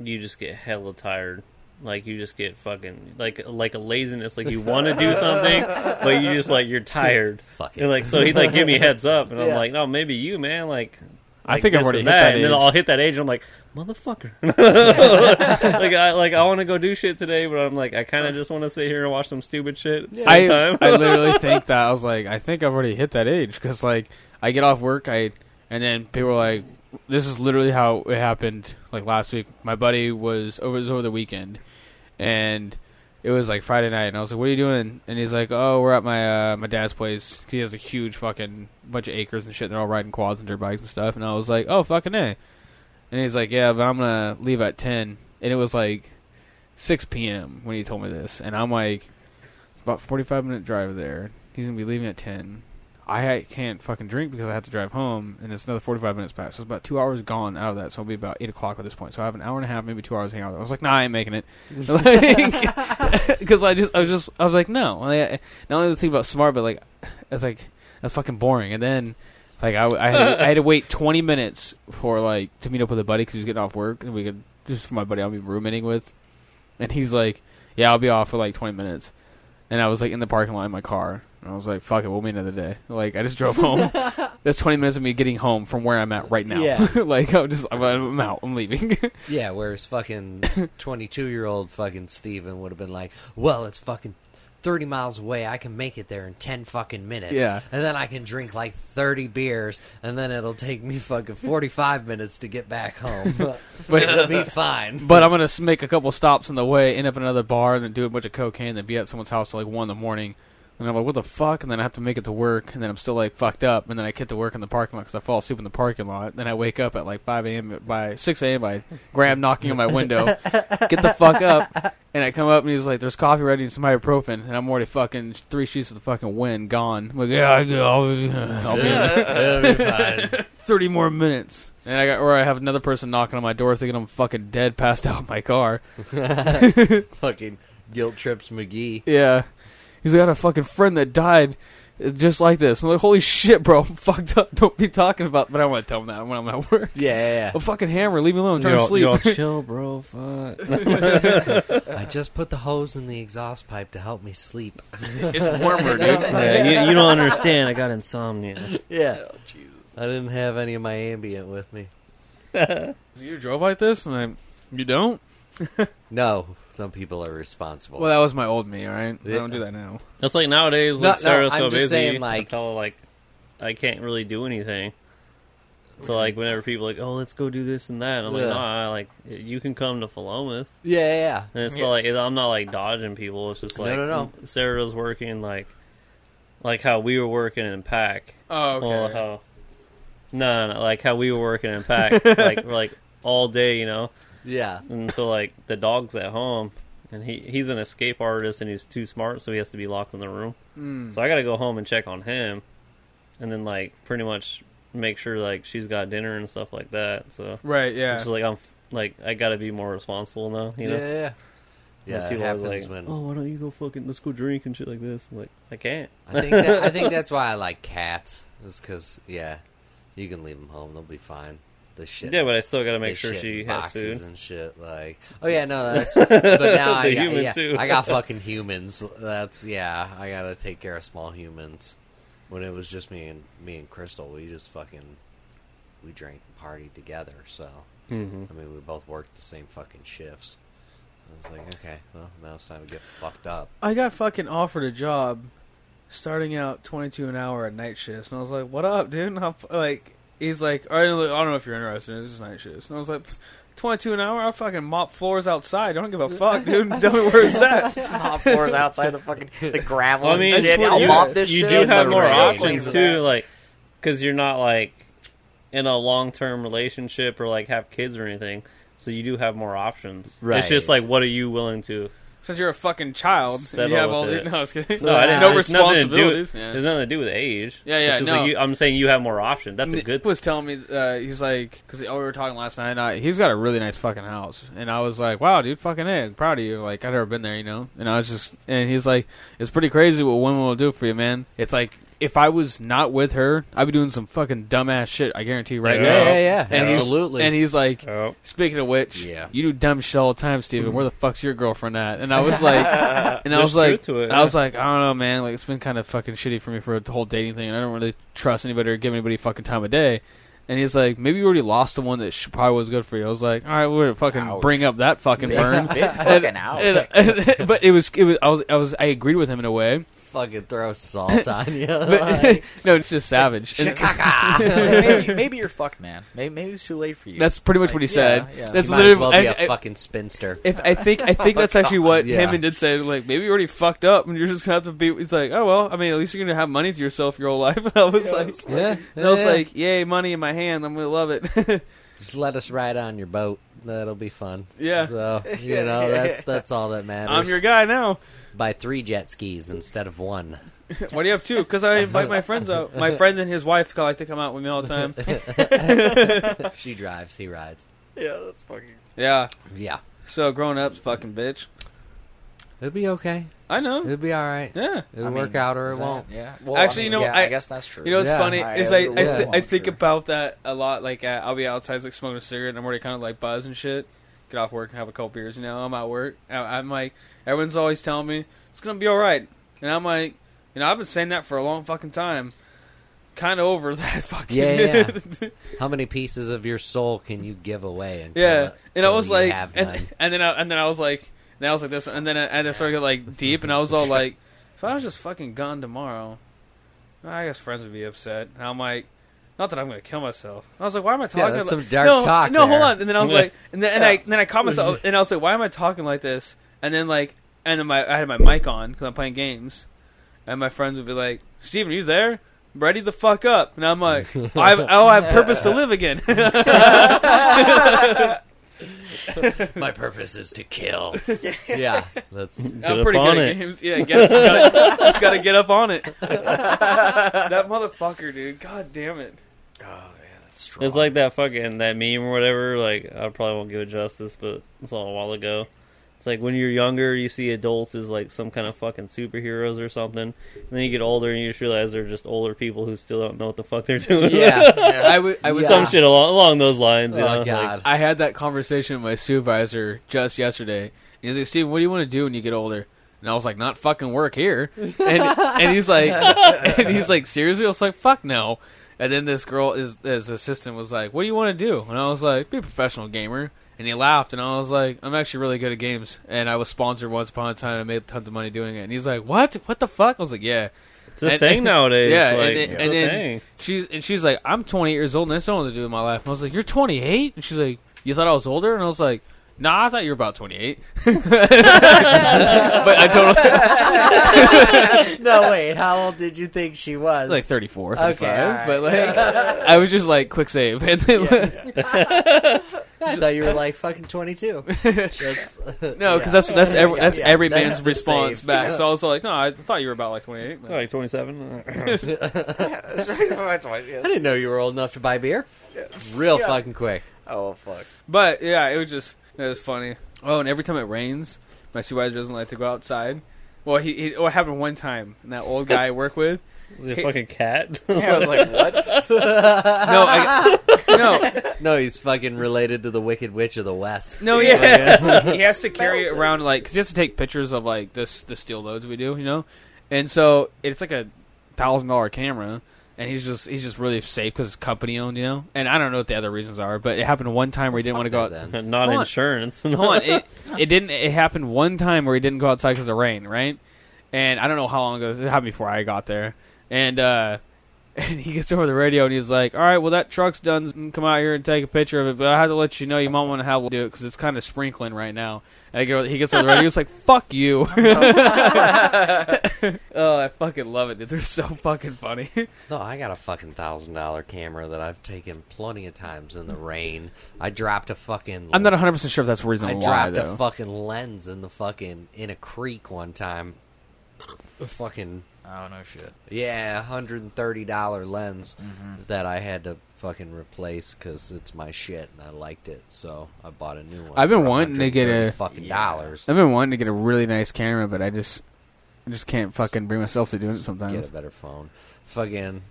D: you just get hella tired. Like you just get fucking like like a laziness. Like you want to do something, but you just like you're tired.
C: Fuck it.
D: And like so, he'd like give me a heads up, and I'm
C: Yeah.
D: like, no, maybe you, man. Like,
A: I
D: like
A: think I've
D: this
A: already hit
D: and
A: that.
D: and then
A: age.
D: I'll hit that age. and I'm like, motherfucker. like I like I want to go do shit today, but I'm like I kind of just want to sit here and watch some stupid shit. at the same
A: I,
D: time.
A: I literally think that I was like, I think I've already hit that age because like I get off work, I and then people are like, this is literally how it happened. Like last week, my buddy was over it was over the weekend, and it was like Friday night, and I was like, what are you doing? And he's like, oh, we're at my uh, my dad's place. He has a huge fucking bunch of acres and shit. And they're all riding quads and dirt bikes and stuff. And I was like, oh, fucking a. And he's like, yeah, but I'm gonna leave at ten. And it was like 6 p.m. when he told me this, and I'm like. It's about 45 minute drive there. He's gonna be leaving at 10. I can't fucking drink because I have to drive home, and it's another 45 minutes past. So it's about two hours gone out of that. So it'll be about eight o'clock at this point. So I have an hour and a half, maybe two hours to hang out. I was like, nah, I ain't making it, because I just, I was just, I was like, no. And I- Not only the thing about smart, but like, it's like that's fucking boring. And then. Like I, I, had to, I had to wait 20 minutes for like to meet up with a buddy because he was getting off work, and we could just for my buddy I'll be rooming with, and he's like, "Yeah, I'll be off for like 20 minutes." and I was like in the parking lot in my car, and I was like, "Fuck it, we'll meet another day." Like I just drove home. That's twenty minutes of me getting home from where I'm at right now.
C: Yeah.
A: like I'm just I'm, I'm out. I'm leaving.
C: Yeah, whereas fucking 22 year old fucking Steven would have been like, well, it's fucking 30 miles away. I can make it there in 10 fucking minutes.
A: Yeah.
C: And then I can drink like 30 beers, and then it'll take me fucking 45 minutes to get back home. but it'll be fine.
A: but I'm gonna s- make a couple stops on the way, end up in another bar, and then do a bunch of cocaine, and then be at someone's house till like one in the morning. And I'm like, "What the fuck?" And then I have to make it to work, and then I'm still like fucked up, and then I get to work in the parking lot because I fall asleep in the parking lot. Then I wake up at like 5 a.m. by 6 a.m. by Graham knocking on my window. get the fuck up. And I come up and he's like, "There's coffee ready and some ibuprofen," and I'm already fucking three sheets of the fucking wind gone. I'm like, "Yeah, I go. I'll be, I'll be in
C: it'll be fine.
A: thirty more minutes." And I got, or I have another person knocking on my door thinking I'm fucking dead, passed out in my car.
C: fucking guilt trips McGee.
A: Yeah, he's like, "I had a fucking friend that died uh, just like this." I'm like, "Holy shit, bro! I'm fucked up. Don't be talking about." But I want to tell him that when I'm at work.
C: Yeah,
A: I'm fucking hammer. Leave me alone. I'm
D: You're
A: trying to
D: all,
A: sleep.
D: you're all chill, bro. Fuck.
C: I just put the hose in the exhaust pipe to help me sleep.
A: it's warmer, dude.
D: yeah, you, you don't understand. I got insomnia.
C: Yeah. I didn't have any of my ambient with me.
A: you drove like this, and I'm, you don't.
C: No, some people are responsible.
A: Well, that was my old me. All right,
C: Yeah.
A: I don't do that now.
D: That's like nowadays,
C: No,
D: like
C: no,
D: Sarah's
C: I'm
D: so
C: just
D: busy.
C: saying, like-
D: I tell her, like, I can't really do anything. So like, whenever people are like, oh, let's go do this and that, I'm like,
C: Yeah.
D: nah, like you can come to Philomath.
C: yeah, yeah, yeah.
D: And it's like I'm not like dodging people. It's just
C: No,
D: like
C: no, no.
D: Sarah's working like, like how we were working in pack.
A: Oh, okay.
D: Well, how, no, no, no, like how we were working in pack, like like all day, you know.
C: Yeah.
D: And so like the dog's at home, and he he's an escape artist, and he's too smart, so he has to be locked in the room.
A: Mm.
D: So I got to go home and check on him, and then like pretty much make sure like she's got dinner and stuff like that. So
A: Right, yeah.
D: it's just like I'm like I got to be more responsible now, you know.
C: Yeah, yeah. Yeah, it
D: Like, people always
C: happens
D: like,
C: when
D: oh, why don't you go fucking let's go drink and shit like this? I'm like I can't.
C: I think that, I think that's why I like cats. Is because yeah, You can leave them home; they'll be fine. The shit.
D: Yeah, but I still gotta
C: they
D: make sure
C: shit
D: she
C: in
D: has
C: boxes
D: food.
C: and shit. Like, oh yeah, no, that's. But now I
D: The
C: got,
D: human,
C: yeah,
D: too.
C: I got fucking humans. That's yeah. I gotta take care of small humans. When it was just me and me and Crystal, we just fucking we drank and partied together. So
D: Mm-hmm.
C: I mean, we both worked the same fucking shifts. I was like, okay, well, now it's time to get fucked up.
A: I got fucking offered a job starting out 22 an hour at night shifts. And I was like, what up, dude? And I'm f- like, he's like, I don't I don't know if you're interested. It's just night shifts. And I was like, 22 an hour? I'll fucking mop floors outside. I don't give a fuck, dude. Tell me where it's at.
B: Mop floors outside the fucking the gravel
D: Well, I mean,
B: and shit.
A: that's what
B: I'll
A: you-
B: mop this
D: you
B: shit.
D: do
B: and
D: have
B: the
D: more
B: railings
D: options
B: and
D: too,
B: that.
D: like because you're not like in a long term relationship or like have kids or anything. So you do have more options.
C: Right.
D: It's just like what are you willing to?
A: Since you're a fucking child, and
D: Settle
A: you have
D: with
A: all the.
D: it.
A: No, I was kidding.
D: No, I didn't.
A: No
D: it's nothing to do with-
A: responsibilities. yeah.
D: There's nothing to do with age.
A: Yeah, yeah,
D: It's just
A: no.
D: like you, I'm saying you have more options. That's a
A: Nick
D: good.
A: was telling me uh, he's like because we were talking last night. And I, he's got a really nice fucking house, and I was like, "Wow, dude, fucking egg, proud of you." Like I've never been there, you know. And I was just, and he's like, "It's pretty crazy what women will do for you, man." It's like if I was not with her, I'd be doing some fucking dumbass shit. I guarantee right
D: Yeah.
A: now.
C: Yeah, yeah, yeah.
A: And he's-
C: absolutely.
A: And he's like,
D: Oh.
A: "Speaking of which,
C: Yeah.
A: you do dumb shit all the time,
D: Mm-hmm.
A: Steven. Where the fuck's your girlfriend at?" And I was like. And I
D: There's
A: was like,
D: truth to it,
A: I
D: yeah.
A: was like, I don't know, man. Like, it's been kind of fucking shitty for me for the whole dating thing, and I don't really trust anybody or give anybody fucking time of day. And he's like, maybe you already lost the one that sh- probably was good for you. I was like, all right, we're gonna fucking
B: Ouch.
A: bring up that fucking burn.
B: Big fucking out.
A: And- and- but it was, it was, I was, I was, I agreed with him in a way.
C: fucking throw salt on you.
A: But, no, it's just savage. And
B: Chicago. maybe, maybe you're fucked, man. Maybe, maybe it's too late for you.
A: that's pretty much what he
B: Like,
A: said.
B: yeah, yeah.
A: That's
B: You
C: might as
A: literally.
C: well be
A: I-
C: a
A: I-
C: fucking spinster.
A: if I think I think that's actually what
C: Yeah.
A: Hammond did say, like maybe you already fucked up and you're just gonna have to be. It's like, oh well, I mean, at least you're gonna have money to yourself your whole life. And I was like,
C: Yeah,
A: And I was
C: Eh.
A: like, yay, money in my hand. I'm going to love it.
C: just let us ride on your boat. That'll be fun.
A: Yeah.
C: So you know that's that's all that matters.
A: I'm your guy now.
C: Buy three jet skis instead of one.
A: Why do you have two? Because I invite my friends out. My friend and his wife like to come out with me all the time.
C: she drives, he rides.
B: yeah, that's fucking.
A: Yeah.
C: Yeah,
A: So grown ups, fucking bitch.
C: it'll be okay.
A: I know.
C: It'll be all right.
A: Yeah.
C: It'll
B: I mean,
C: work out or it
B: is that-
C: won't.
B: Yeah. Well,
A: Actually,
B: I mean,
A: you know,
B: yeah,
A: I-
B: I, guess that's true.
A: You know what's
C: Yeah,
A: funny
B: I-
A: is I I,
B: yeah,
A: th- I
B: I'm
A: think
B: sure.
A: about that a lot. Like uh, I'll be outside like smoking a cigarette and I'm already kind of like buzzed and shit. Get off work and have a couple beers. You know I'm at work. I- I'm like everyone's always telling me it's gonna be all right, and I'm like you know I've been saying that for a long fucking time. Kind of over that fucking
C: Yeah, yeah, How many pieces of your soul can you give away? Until
A: Yeah, and I
C: until
A: was
C: you
A: like,
C: have
A: and,
C: none?
A: and then I, and then I was like, and I was like this, and then I, and I started getting like deep, and I was all like, if I was just fucking gone tomorrow, I guess friends would be upset. And I'm like, not that I'm gonna kill myself. I was like, why am I talking?
C: that's
A: like,
C: some dark
A: no,
C: talk
A: No, hold
C: there.
A: on. And then I was
D: Yeah.
A: like, and then, and I and then I caught myself, and I was like, why am I talking like this? And then like, and then my I had my mic on because I'm playing games, and my friends would be like, Steven, you there? Ready the fuck up, and I'm like, I have, oh, I have purpose to live again.
C: my purpose is to kill. yeah, that's
D: Get
A: I'm
D: up
A: pretty
D: on
A: good at
D: it.
A: games. Yeah, get, gotta, just gotta get up on it. that motherfucker, dude. God damn it.
B: Oh, yeah, that's strong.
D: It's like that fucking that meme or whatever. Like I probably won't give it justice, but it's all a while ago. It's like when you're younger, you see adults as like some kind of fucking superheroes or something. And then you get older, and you just realize they're just older people who still don't know what the fuck they're doing.
C: yeah.
A: I w- I was.
C: Yeah.
D: some shit along, along those lines. You know?
C: Oh
D: like-
C: god.
A: I had that conversation with my supervisor just yesterday. And he's like, "Steven, what do you want to do when you get older?" And I was like, "Not fucking work here." And and he's like, and he's like, "Seriously?" I was like, "Fuck no." And then this girl, his, his assistant, was like, "What do you want to do?" And I was like, "Be a professional gamer." And he laughed, and I was like, "I'm actually really good at games, and I was sponsored once upon a time. I made tons of money doing it." And he's like, "What? What the fuck?" I was like, "Yeah."
D: It's a
A: And-
D: thing nowadays.
A: Yeah,
D: like,
A: and,
D: it's
A: and
D: a
A: then
D: thing.
A: she's and she's like, I'm 28 years old and I still don't know what to do with my life. And I was like, You're 28? And she's like, You thought I was older? And I was like, Nah, I thought you were about 28. but I totally
C: no, wait. How old did you think she was?
A: like 34,
C: Okay,
A: 35.
C: alright.
A: But like, I was just like, quick save. And then,
C: I thought you were like fucking 22. That's,
A: no, because that's that's every,
C: Yeah,
A: that's
C: yeah,
A: every
C: that's
A: man's
C: the
A: response
C: save.
A: back. So I was like, No, I thought you were about like 28. But-
D: like 27.
B: that's
C: I
B: why. Yeah.
C: didn't know you were old enough to buy beer. Real
B: Yeah.
C: fucking quick.
B: Oh fuck.
A: But yeah, it was just it was funny. Oh, and every time it rains, my supervisor doesn't like to go outside. Well, he, he oh, it happened one time. And that old guy I work with,
D: Is it a fucking cat?
B: Yeah, I was like, what?
A: No, I, no,
C: No, he's fucking related to the Wicked Witch of the West.
A: no. Yeah, he has to carry it around like because he has to take pictures of like this the steel loads we do, you know, and so it's like a thousand dollar camera, and he's just he's just really safe because it's company owned, you know. And I don't know what the other reasons are, but it happened one time where he didn't want to go
C: Fuck
A: out.
C: that, then.
D: Not
A: Hold on.
D: insurance.
A: Hold on, it, it didn't. It happened one time where he didn't go outside because of the rain, right? And I don't know how long ago it happened before I got there, and uh, and he gets over the radio and he's like, "All right, well that truck's done. You can Come out here and take a picture of it, but I had to let you know you might want to have do it because it's kind of sprinkling right now." And I go, he gets over the radio, he's like, "Fuck you!" oh, I fucking love it, dude. They're so fucking funny.
C: No, I got a fucking thousand dollar camera that I've taken plenty of times in the rain. I dropped a fucking.
A: I'm not 100 percent sure if that's the reason
C: I
A: why
C: dropped
A: though.
C: a fucking lens in the fucking in a creek one time. A fucking
B: I don't know shit.
C: yeah, hundred and thirty dollar lens that I had to fucking replace because it's my shit and I liked it, so I bought a new one.
A: I've been
C: for
A: wanting to get a-
C: $130 fucking
B: Yeah.
C: dollars.
A: I've been wanting to get a really nice camera, but I just, I just can't fucking bring myself to doing it sometimes.
C: Get a better phone. Fucking.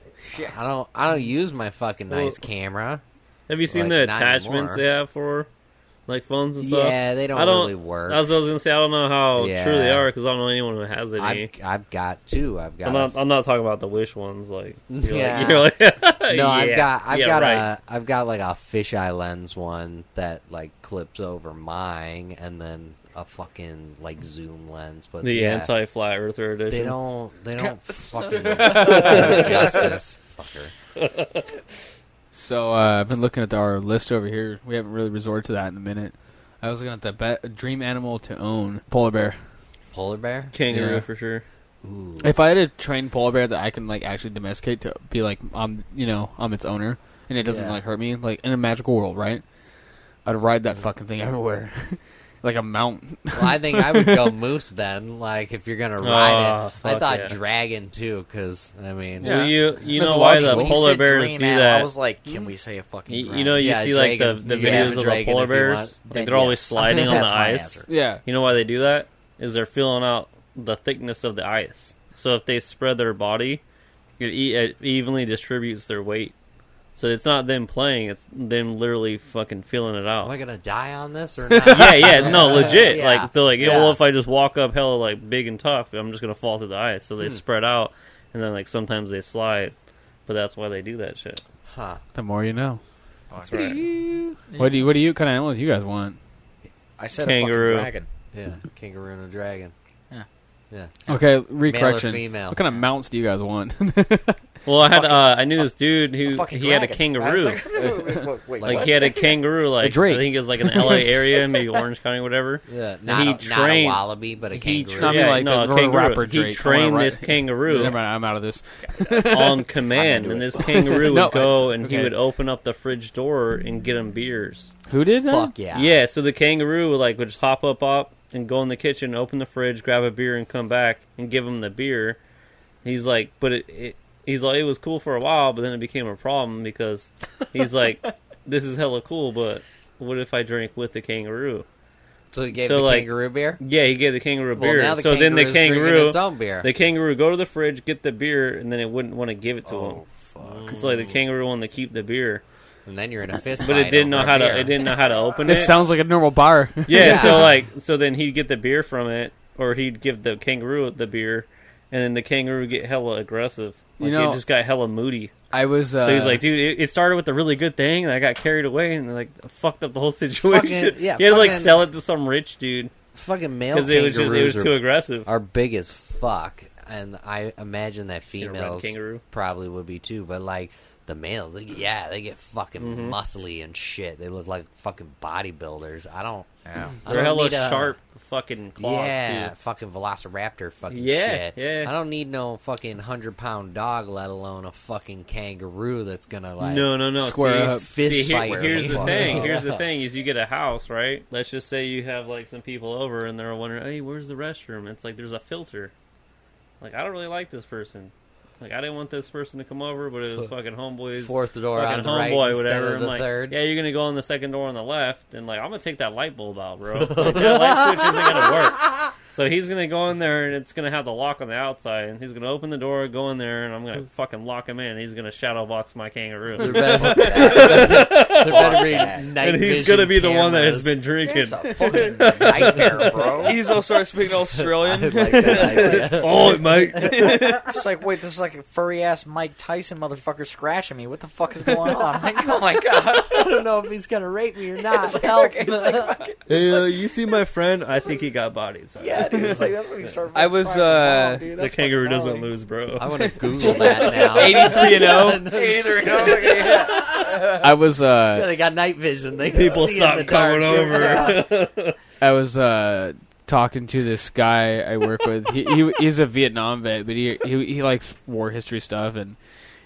C: I don't. I don't use my fucking
D: Well,
C: nice camera.
D: Have you seen
C: Like,
D: the
C: not
D: attachments
C: anymore.
D: they have for like phones and stuff?
C: Yeah, they don't,
D: I don't-
C: really work.
D: That's what I was gonna say. I don't know how true they
C: Yeah.
D: are because I don't know anyone who has
C: I've,
D: any.
C: I've got two. I've got
D: I'm
C: a-
D: not. I'm not talking about the wish ones. Like, you're
C: Yeah.
D: like, you're like
C: no. I've
D: yeah,
C: got I've
D: yeah,
C: got
D: right.
C: a I've got like a fisheye lens one that like clips over mine, and then a fucking like zoom lens. But
D: the
C: yeah,
D: anti-flat earther edition.
C: they don't they don't fucking do justice, fucker.
A: So uh, I've been looking at our list over here. We haven't really resorted to that in a minute. I was looking at the be- dream animal to own polar bear.
C: Polar bear.
D: Kangaroo
A: Yeah.
D: for sure.
C: Ooh.
A: If I had a trained polar bear that I can like actually domesticate to be like I'm you know I'm its owner and it doesn't
C: Yeah.
A: like hurt me like in a magical world, right? I'd ride that fucking thing everywhere, like a mountain.
C: Well, I think I would go moose then. Like if you're gonna ride
D: Oh,
C: it, I
D: fuck
C: thought
D: yeah.
C: dragon too. Because I mean,
A: Yeah.
D: Well, you you know
A: Mythological.
D: why the
A: When
B: When you
D: polar
B: said
D: bears
B: dream
D: do
B: animal, I
D: that?
B: was like, can we say a fucking?
D: You,
B: ground?
D: you know, you
C: Yeah,
D: see
C: dragon.
D: like the, the
C: You can have a
D: videos of the
C: dragon
D: polar
C: if you want.
D: bears.
C: Then
D: Like they're always
C: yes.
D: sliding on
C: That's
D: the
C: my
D: ice.
C: answer.
A: Yeah,
D: You know why they do that? Is they're filling out the thickness of the ice. So if they spread their body, it, e- it evenly distributes their weight. So it's not them playing; it's them literally fucking feeling it
C: am I
D: out.
C: gonna die on this or not?
D: yeah, yeah, no, legit.
C: Yeah.
D: Like they're like,
C: Yeah.
D: yeah. well, if I just walk up hella like big and tough, I'm just gonna fall through the ice. So
B: Hmm.
D: they spread out, and then like sometimes they slide, but that's why they do that shit.
C: Huh.
A: the more you know.
B: Fuck.
D: right.
A: What do you, what do you kind of animals you guys want?
B: I said
D: Kangaroo.
B: a fucking dragon.
C: Yeah, kangaroo and a dragon.
B: Yeah.
C: Yeah.
A: Okay, recorrection.
C: female?
A: What kind of mounts do you guys want?
D: Well, I had uh, I knew this dude who
B: A fucking
D: he had a
B: dragon. I was
D: kangaroo.
B: like, wait, wait, wait,
D: Like
B: what?
D: he had a kangaroo, like
A: Drake.
D: I think it was like in the LA area, maybe Orange County, whatever.
C: Yeah,
D: he
C: not, a, not a
D: trained-
C: wallaby, but a
D: He
C: kangaroo.
A: I mean,
D: Yeah,
A: like
D: no,
A: the
D: a
A: Roy
D: kangaroo.
A: rapper
D: He
A: Drake. I wanna
D: trained
A: ride-
D: this kangaroo.
A: Never mind, I'm out of this.
D: on command,
B: into
D: and
B: it.
D: this kangaroo would
A: No, I-
D: go and he
A: okay.
D: would open up the fridge door and get him beers.
A: Who did that?
C: Fuck yeah.
D: Yeah. so the kangaroo would like would just hop up up and go in the kitchen, open the fridge, grab a beer, and come back and give him the beer. He's like, but it, it he's like it was cool for a while, but then it became a problem because he's like, this is hella cool, but what if I drink with the kangaroo?
C: So he gave
D: So,
C: the
D: like,
C: kangaroo beer.
D: Yeah, he gave the kangaroo
C: Well,
D: beer.
C: now the
D: so then the
C: kangaroo's drinking
D: kangaroo,
C: its own beer.
D: the kangaroo would go to the fridge, get the beer, and then it wouldn't want to give it to him.
B: Oh fuck!
D: It's like the kangaroo wanted to keep the beer,
C: and then you're in a fist.
D: but it
C: fight
D: didn't know
C: over
D: how
C: a
D: to.
C: beer.
D: It didn't know how to open
A: This
D: it.
A: sounds like a normal bar.
D: yeah,
C: Yeah.
D: So like, so then he'd get the beer from it, or he'd give the kangaroo the beer, and then the kangaroo would get hella aggressive.
A: You
D: Like
A: know-
D: it just got hella moody.
A: I was. Uh,
D: So he's like, dude, it, it started with a really good thing, and I got carried away, and like fucked up the whole situation.
C: yeah,
D: he had to like
C: fucking-
D: sell it to some rich dude
C: Fucking male
D: because it was
C: kangaroos
D: just it was
C: are,
D: too aggressive.
C: are big as fuck, and I imagine that
D: a red
C: females
D: kangaroo?
C: probably would be too. But like the males, they, yeah, they get fucking
D: Mm-hmm.
C: muscly and shit. They look like fucking bodybuilders. I don't.
B: Yeah.
C: I
D: They're
C: don't
D: hella
C: need a-
D: sharp fucking claws.
C: yeah,
D: too.
C: fucking Velociraptor fucking
D: Yeah,
C: shit.
D: yeah.
C: I don't need no fucking hundred pound dog, let alone a fucking kangaroo that's gonna like
D: no, no, no.
A: Square
D: See,
A: up.
C: fist
D: See, here-
C: fight.
D: here's the
C: me.
D: thing. Here's the thing: is you get a house, right? Let's just say you have like some people over, and they're wondering, "Hey, where's the restroom?" It's like there's a filter. Like I don't really like this person. Like I didn't want this person to come over, but it was fucking homeboys,
C: fourth door
D: fucking
C: on the right
D: homeboy,
C: instead
D: whatever.
C: of
D: I'm
C: the
D: like,
C: third.
D: yeah, you're gonna go on the second door on the left, and like I'm gonna take that light bulb out, bro. Like, that light switch isn't gonna work. So he's gonna go in there and it's gonna have the lock on the outside, and he's gonna open the door, go in there, and I'm gonna fucking lock him in. And he's gonna shadow box my
C: There
D: kangaroo,
C: better, there better be night
D: and he's
C: vision
D: gonna be the one that
C: cameras.
D: has been drinking.
B: It's a fucking nightmare, bro.
A: He's also starts speaking
C: I
A: Australian.
C: like this idea.
D: Oh, mate.
B: It's like, wait, this is like a furry ass Mike Tyson motherfucker scratching me. What the fuck is going on? I'm like, oh my god.
C: I don't know if he's gonna rape me or not. Help.
D: Hey, uh, you see my friend? I think he got bodied. Sorry.
B: Yeah, dude. It's like that's when you start.
A: I was,
B: fucking
A: uh,
B: wrong, dude.
D: the
B: That's
D: kangaroo
B: fucking
D: doesn't
B: wrong.
D: lose, bro.
C: I want to Google that now.
A: 83 and
D: oh?
A: 0.
B: Either, you know, like, yeah.
A: I was
C: Yeah,
A: uh
C: they got night vision. They can
D: People
C: see in the
D: stop
C: dark.
D: coming over.
A: I was uh talking to this guy I work with. He, he he's a Vietnam vet, but he he he likes war history stuff and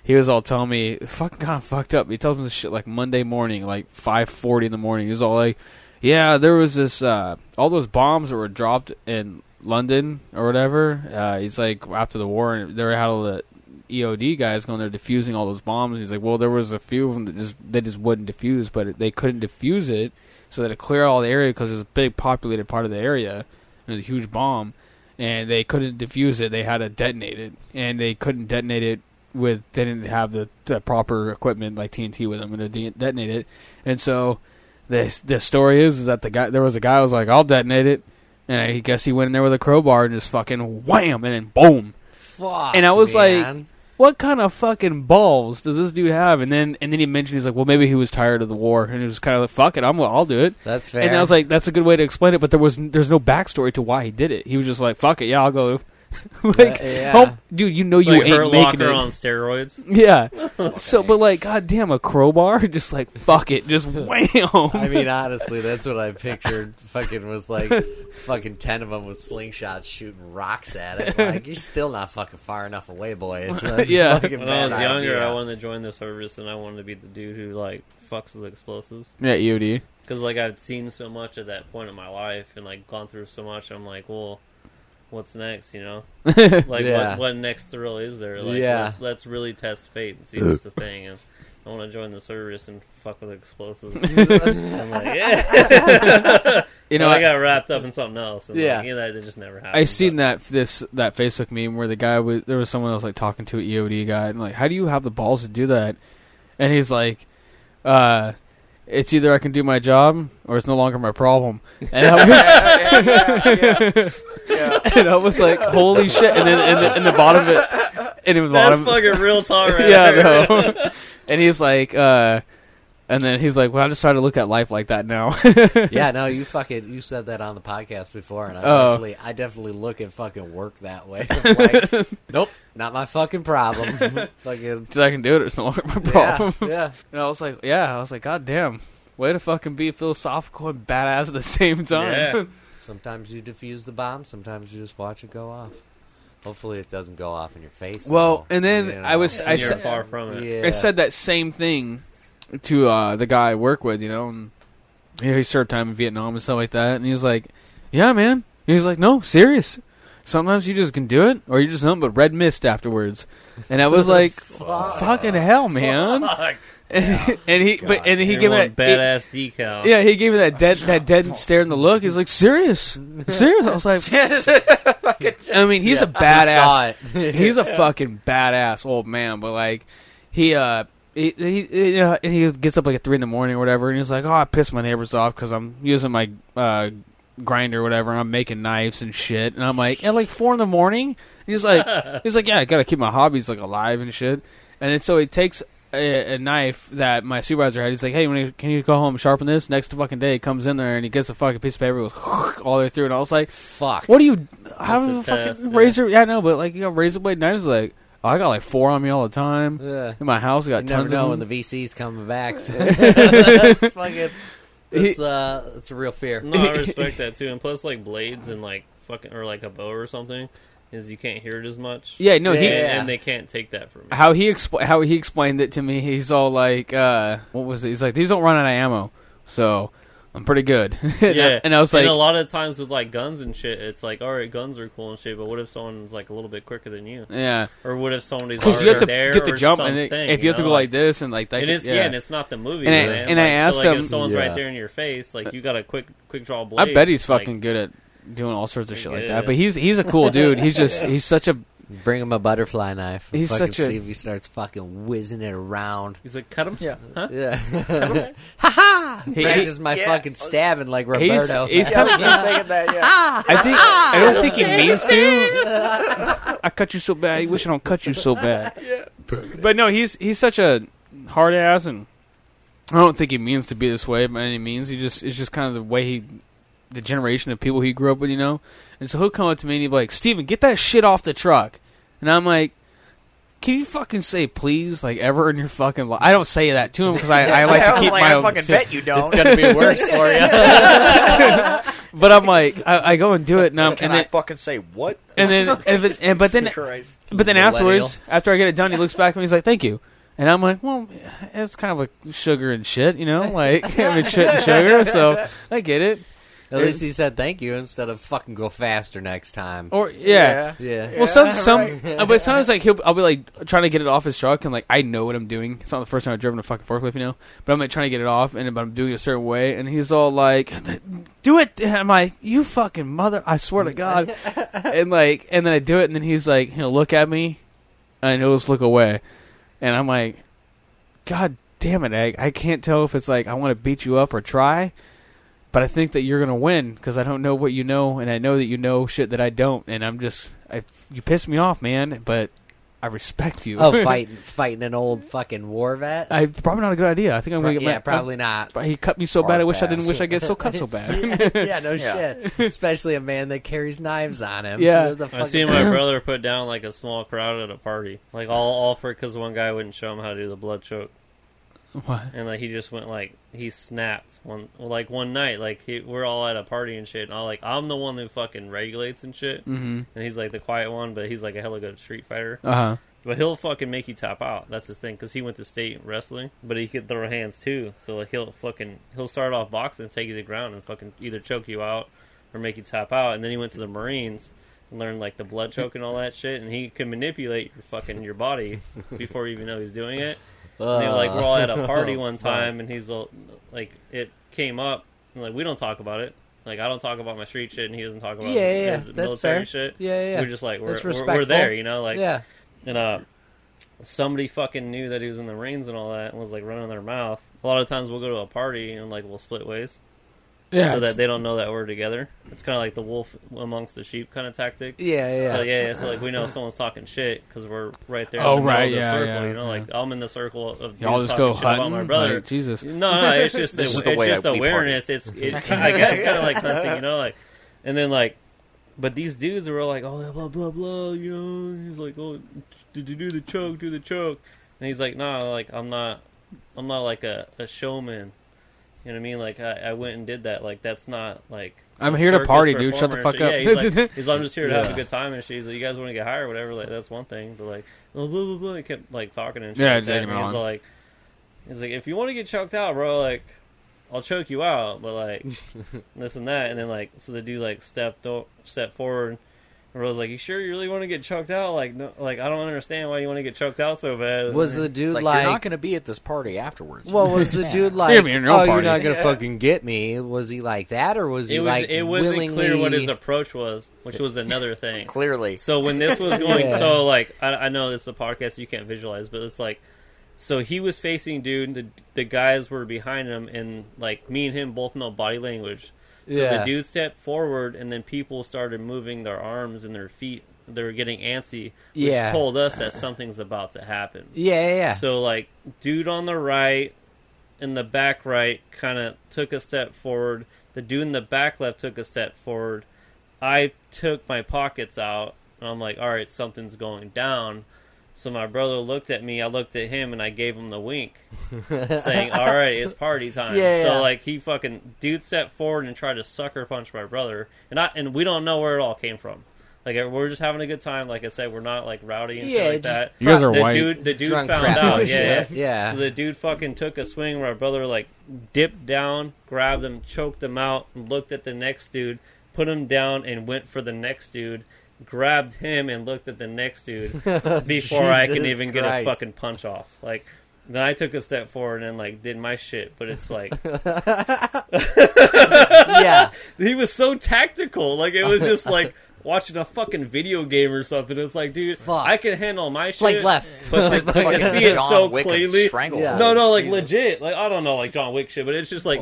A: he was all telling me fucking kind of fucked up. He tells me this shit like Monday morning, like five forty in the morning. He was all like, "Yeah, there was this uh, all those bombs that were dropped in London or whatever." Uh, he's like after the war, and they had all the EOD guys going there defusing all those bombs. He's like, "Well, there was a few of them that just they just wouldn't defuse, but it, they couldn't defuse it, so they had to clear all the area because it's a big populated part of the area. It was a huge bomb." And they couldn't defuse it. They had to detonate it, and they couldn't detonate it with they didn't have the, the proper equipment like TNT with them and to de- detonate it. And so the the story is, is that the guy there was a guy who was like I'll detonate it, and I guess he went in there with a crowbar and just fucking wham and then boom.
C: Fuck,
A: And I was
C: man.
A: like- What kind of fucking balls does this dude have? And then and then he mentioned he's like, well maybe he was tired of the war and he was kind of like fuck it, I'm I'll do it.
C: that's fair.
A: And I was like, that's a good way to explain it, but there was there's no backstory to why he did it. He was just like, fuck it, yeah, I'll go. like,
C: Uh, yeah.
A: home- dude, you know
D: It's
A: you
D: like her
A: ain't making
D: locker
A: it.
D: on steroids.
A: Yeah. so, but like, goddamn, a crowbar, just like fuck it, just wham.
C: I mean, honestly, that's what I pictured. fucking was like, fucking ten of them with slingshots shooting rocks at it. Like you're still not fucking far enough away, boys. That's
A: Yeah.
C: fucking
D: When I was
C: bad
D: younger,
C: idea.
D: I wanted to join the service, and I wanted to be the dude who like fucks with explosives.
A: yeah, EOD.
D: because like I'd seen so much at that point in my life and like gone through so much. I'm like, well, what's next? You know, like
C: Yeah.
D: what, what next thrill is there? Like,
C: Yeah.
D: let's, let's really test fate and see if it's a thing. And I want to join the service and fuck with explosives. I'm like, yeah,
A: You know,
D: I
A: I,
D: got wrapped up in something else. And
C: Yeah.
D: yeah, like, you know, it just never happened.
A: I seen
D: but-
A: that this that Facebook meme where the guy was there was someone else like talking to an EOD guy and like, how do you have the balls to do that? And he's like, uh, it's either I can do my job or it's no longer my problem. And I was, and I was like, holy shit! And then in the, in the bottom of it, and in the
D: That's
A: bottom,
D: fucking real talk, right
A: yeah,
D: there.
A: no. and he's like, uh, and then he's like, well, I just try to look at life like that now.
C: yeah, no, you fucking you said that on the podcast before, and I
A: Oh.
C: definitely I definitely look at fucking work that way. Like, nope, not my fucking problem. fucking
A: so I can do it. It's no longer my
C: yeah,
A: problem.
C: Yeah,
A: And I was like, yeah, I was like, god damn. Way to fucking be philosophical and badass at the same
D: Yeah.
A: time.
C: Sometimes you defuse the bomb. Sometimes you just watch it go off. Hopefully, it doesn't go off in your face.
A: Well,
C: though,
A: and then
C: you
A: I was-
C: know.
D: And
A: I
D: you're
A: said-
D: far from it.
C: yeah.
A: I said that same thing to uh, the guy I work with, you know, and yeah, he served time in Vietnam and stuff like that. And he's like, yeah, man. And he's like, no, serious. Sometimes you just can do it, or you just nothing but red mist afterwards. And I was like, fucking hell, man.
D: Fuck.
A: and, and he, but and he
D: You're
A: gave me
D: one
A: that he-
D: badass decal.
A: Yeah, he gave me that dead that dead stare in the look. He's like, serious, serious. I was like, I mean, he's a badass.
C: I saw it.
A: He's a fucking badass old man. But like, he uh. He, he, you know, and he gets up like at three in the morning or whatever, and he's like, "Oh, I pissed my neighbors off because I'm using my uh, grinder or whatever, and I'm making knives and shit." And I'm like, "At like four in the morning?" And he's like, "He's like, yeah, I gotta keep my hobbies like alive and shit." And then, so he takes a, a knife that my supervisor had. He's like, "Hey, when you, can you go home and sharpen this?" Next fucking day, he comes in there and he gets a fucking piece of paper, goes all the way through, and I was like,
C: fuck.
A: "What do you have
D: the
A: a fucking
D: test, yeah.
A: razor?" Yeah, I know, but like you know, razor blade knives, like oh, I got like four on me all the time.
C: Yeah.
A: In my house, I
C: You
A: got
C: never
A: tons of
C: know
A: them.
C: when the VC's coming back. it's fucking. It's, uh, it's a real fear.
D: No, I respect that too. And plus, like blades and like fucking or like a bow or something, is you can't hear it as much.
A: yeah, no,
D: and,
A: he
C: Yeah.
D: and they can't take that from me.
A: how he expl- how he explained it to me. He's all like, uh, "What was it?" He's like, "These don't run out of ammo, so I'm pretty good." and, I, and I was like,
D: and a lot of times with like guns and shit, it's like, all right, guns are cool and shit, but what if someone's like a little bit quicker than you,
A: "Yeah."
D: or what if somebody's
A: Because
D: already
A: you have to
D: there
A: get the
D: or
A: jump, and
D: something,
A: it- if you, have to
D: know?
A: go like this and like that,
D: it
A: could-
D: is, yeah. and it's not the movie.
A: And I-
D: man.
A: and I
D: Like,
A: asked
D: so, like,
A: him-
D: if someone's
C: Yeah.
D: right there in your face, like you got a quick quick draw blade.
A: I bet he's
D: like,
A: fucking good at doing all sorts of
D: Pretty
A: shit like
D: good.
A: that. But he's he's a cool dude. He's just he's such a
C: Bring him a butterfly knife. And
A: He's
C: fucking
A: such a-
C: see if he starts fucking whizzing it around.
D: He's like, cut him.
A: yeah.
C: Yeah.
D: Okay.
C: ha ha!
A: He-
C: Practice my
B: yeah.
C: fucking stabbing like
A: He's,
C: Roberto.
A: he's
B: Yeah, I
A: kind
B: was
A: of
B: just thinking that.
C: Ah.
B: Yeah.
A: I think I don't think he means to. I cut you so bad. I wish I don't cut you so bad. But no, he's he's such a hard ass, and I don't think he means to be this way by any means. He just it's just kind of the way he, the generation of people he grew up with, you know. And so he'll come up to me and he'll be like, "Steven, get that shit off the truck," and I'm like. Can you fucking say please like ever in your fucking life? I don't say that to him because I, I like
B: I
A: to
B: was
A: keep
B: like,
A: my
B: I
A: own.
B: fucking
A: shit.
B: bet you don't.
D: Gonna be worse for you.
A: But I'm like, I, I go and do it, and, I'm,
B: Can
A: and
B: I
A: then
B: fucking say what?
A: and then and, then- and but then
B: Christ.
A: But then
C: Millennial.
A: afterwards, after I get it done, he looks back at me. He's like, "Thank you," and I'm like, "Well, it's kind of like sugar and shit, you know, like I mean, shit and sugar." So I get it.
C: At least he said thank you instead of fucking go faster next time.
A: Or Oh, yeah.
C: yeah.
A: Well, some
B: Yeah,
A: some,
B: right.
A: uh, but sometimes like he'll, I'll be like trying to get it off his truck, and like I know what I'm doing. It's not the first time I've driven a fucking forklift, you know. But I'm like trying to get it off, and but I'm doing it a certain way, and he's all like, "Do it!" And I'm like, "You fucking mother! I swear to Oh, God!" and like, and then I do it, and then he's like, he'll look at me, and he'll just look away, and I'm like, "God damn it, egg! I can't tell if it's like I want to beat you up or try." But I think that you're gonna win because I don't know what you know, and I know that you know shit that I don't, and I'm just I you piss me off, man, but I respect you.
C: Oh, fighting fighting an old fucking war vet.
A: I probably not a good idea. I think I'm
C: Pro-
A: gonna get
C: yeah,
A: my-
C: probably not.
A: uh, he cut me so
C: Hard
A: bad. I wish I didn't
C: pass.
A: wish I get so cut so bad.
C: yeah, no
B: Yeah.
C: shit. Especially a man that carries knives on him.
A: Yeah.
C: The
D: I
C: fucking-
D: seen my brother put down like a small crowd at a party, like all all for because one guy wouldn't show him how to do the blood choke,
A: What?
D: and like he just went like he snapped one like one night, like he, we're all at a party and shit, and all like I'm the one who fucking regulates and shit,
A: Mm-hmm.
D: and he's like the quiet one, but he's like a hella good street fighter,
A: Uh huh.
D: but he'll fucking make you tap out. That's his thing because he went to state wrestling, but he could throw hands too, so like he'll fucking he'll start off boxing, take you to the ground, and fucking either choke you out or make you tap out, and then he went to the Marines and learned like the blood choke and all that shit, and he can manipulate your fucking your body before you even know he's doing it. And they,
C: Uh,
D: like we're all at a
C: oh,
D: party one time, and he's all- like, it came up, and like we don't talk about it. Like I don't talk about my street shit, and he doesn't talk about
C: Yeah, yeah, yeah.
D: his
C: That's
D: military
C: fair.
D: shit.
C: Yeah, yeah, yeah.
D: We're just like we're,
C: That's
D: we're, we're
C: respectful.
D: there, you know, like
C: yeah.
D: and uh, somebody fucking knew that he was in the Marines and all that, and was like running their mouth. A lot of times we'll go to a party and like we'll split ways
A: Yeah.
D: so that they don't know that we're together. It's kind of like the wolf amongst the sheep kind of tactic.
C: Yeah, yeah.
D: So yeah, yeah, so like we know someone's talking shit because we're right there.
A: Oh,
D: in the middle
A: right,
D: of the
A: yeah,
D: circle,
A: yeah,
D: You know,
A: yeah.
D: like I'm in the circle of
A: Y'all just
D: dudes talking
A: go
D: shit about
A: hunting.
D: my brother.
A: Like, Jesus.
D: No, no, it's just
E: This is
D: it's,
E: the way
D: just
E: I- we
D: awareness. It's it, I guess kind of like hunting, you know, like and then like, but these dudes were all like, oh blah blah blah, you know, and he's like, oh, did you do the choke? Do the choke? And he's like, nah, like I'm not, I'm not like a, a showman. You know what I mean? Like I, I went and did that. Like that's not like
A: I'm
D: a
A: here to
D: circus
A: party, dude. Shut the
D: performer
A: fuck
D: and
A: up.
D: shit. Yeah, he's like, he's like, I'm just here to have
C: Yeah.
D: a good time and shit. He's like, you guys want to get high or whatever? Like that's one thing. But like, blah blah blah. blah. He kept like talking and shit.
A: Yeah,
D: like that.
A: taking
D: And
A: it
D: He's
A: on.
D: like, he's like, if you want to get choked out, bro, like I'll choke you out, but like this and that, and then like so the dude like stepped o- stepped forward. And Rose like, you sure you really want to get choked out? Like, no, like I don't understand why you want to get choked out so bad.
C: Was the dude
B: It's
C: like?
B: like, you're not going to be at this party afterwards.
C: well, was the dude like?
A: You're gonna be in your own
C: oh, you're
A: party."
C: not gonna
B: Yeah.
C: fucking get me. Was he like that, or was he
D: it was
C: like?
D: it wasn't clear what his
C: willingly-
D: approach was, which was another thing.
B: clearly.
D: So when this was going,
C: Yeah.
D: so like I, I know this is a podcast you can't visualize, but it's like so he was facing dude, the the guys were behind him, and like me and him both know body language. So
C: Yeah.
D: the dude stepped forward, and then people started moving their arms and their feet. They were getting antsy, which
C: Yeah.
D: told us that something's about to happen.
C: Yeah, yeah, yeah.
D: So like dude on the right and the back right kind of took a step forward. The dude in the back left took a step forward. I took my pockets out and I'm like, "All right, something's going down." So my brother looked at me, I looked at him and I gave him the wink saying, "All right, it's party time."
C: Yeah,
D: so
C: yeah.
D: like he fucking dude stepped forward and tried to sucker punch my brother. And I and we don't know where it all came from. Like we're just having a good time. Like I said, we're not like rowdy and
C: Yeah,
D: shit like
C: just
D: that
A: You guys are
D: the
A: white.
D: dude the dude
C: Drunk
D: found
C: crap
D: out
C: and
D: yeah,
C: shit.
D: yeah.
C: Yeah.
D: so the dude fucking took a swing where my brother like dipped down grabbed him choked him out and looked at the next dude put him down and went for the next dude grabbed him and looked at the next dude before i can
C: Jesus
D: even get a
C: Christ.
D: fucking punch off like Then I took a step forward and like did my shit, but it's like
C: yeah,
D: he was so tactical. Like it was just like watching a fucking video game or something. It's like, dude,
C: Fuck.
D: I can handle my shit.
C: like left.
D: But like, I
B: Fucking
D: can see it
B: John
D: so
B: Wick of
D: cleanly.
B: stranglehold.
D: No, no, like
B: Jesus. Oh.
D: legit. Like I don't know, like John Wick shit, but it's just like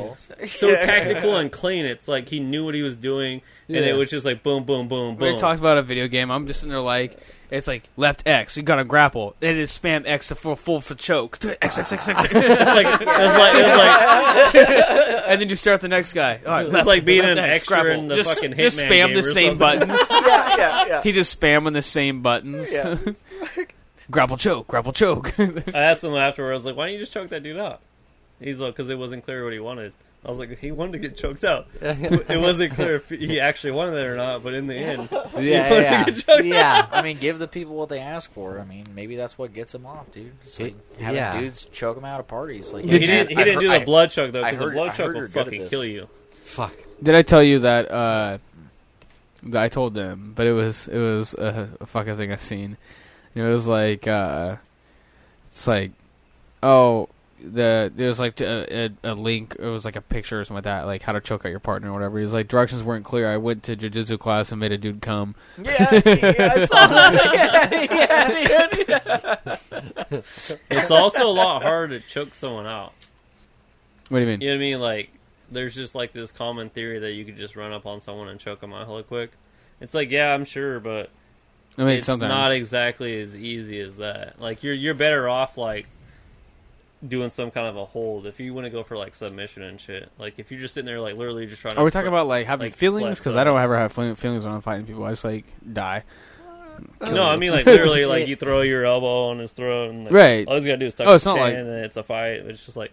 D: so
B: Yeah.
D: tactical and clean. It's like he knew what he was doing, and
A: Yeah.
D: it was just like boom, boom, boom,
A: We
D: boom.
A: talked about a video game. I'm just in there like it's like left X. You gotta grapple. Then it's spam X to full full for choke. X X X X. X.
D: it's like it's like it's like
A: and then you start the next guy. All right,
D: It's
A: left,
D: like being
A: left
D: an
A: X,
D: extra
A: grapple.
D: in the
A: just,
D: fucking
A: just
D: Hitman
A: spam
D: game
A: the
D: or
A: same
D: something.
A: buttons.
B: yeah, yeah, yeah.
A: he just spamming the same buttons.
B: Yeah.
A: grapple choke. Grapple choke.
D: I asked him afterwards, I was like, why don't you just choke that dude out? He's like, because it wasn't clear what he wanted. I was like, he wanted to get choked out. It wasn't clear if he actually wanted it or not, but in the end,
C: yeah,
D: wanna
C: yeah.
D: get
C: yeah.
B: I mean, give the people what they ask for. I mean, maybe that's what gets them off, dude. Just like
C: It-
B: having
C: yeah.
B: dudes choke them out at parties. Like,
A: Did
D: he
B: hey,
D: didn't,
B: man,
D: he
B: I
D: didn't do
B: heard-
D: the blood choke, though,
B: I
D: because the
B: heard- I
D: blood
B: heard
D: choke
B: you're
D: will
B: good at
D: fucking
B: this.
D: kill you.
C: Fuck.
A: Did I tell you that? uh that I told them, but it was it was a, a fucking thing I seen. And it was like uh it's like oh the there was like t- a, a, a link. It was like a picture or something like that, like how to choke out your partner or whatever. He's like directions weren't clear. I went to jujitsu class and made a dude come.
B: Yeah, yeah, I saw that. Yeah, yeah, yeah, yeah.
D: It's also a lot harder to choke someone out.
A: What do you mean?
D: You know what I mean? Like, there's just like this common theory that you could just run up on someone and choke them out hella quick. It's like, yeah, I'm sure, but
A: I mean
D: it's
A: sometimes.
D: not exactly as easy as that. Like you're you're better off like doing some kind of a hold if you want to go for like submission and shit. Like if you're just sitting there like literally just trying.
A: Are we
D: to
A: talking about like having
D: like,
A: feelings?
D: flex
A: Because
D: up.
A: I don't ever have feel- feelings when I'm fighting people. I just like die.
D: No, I mean like literally like you throw your elbow on his throat and like,
A: Right.
D: All he's gotta do is tuck
A: Oh,
D: his
A: it's not
D: chin
A: like-
D: and it's a fight. It's just like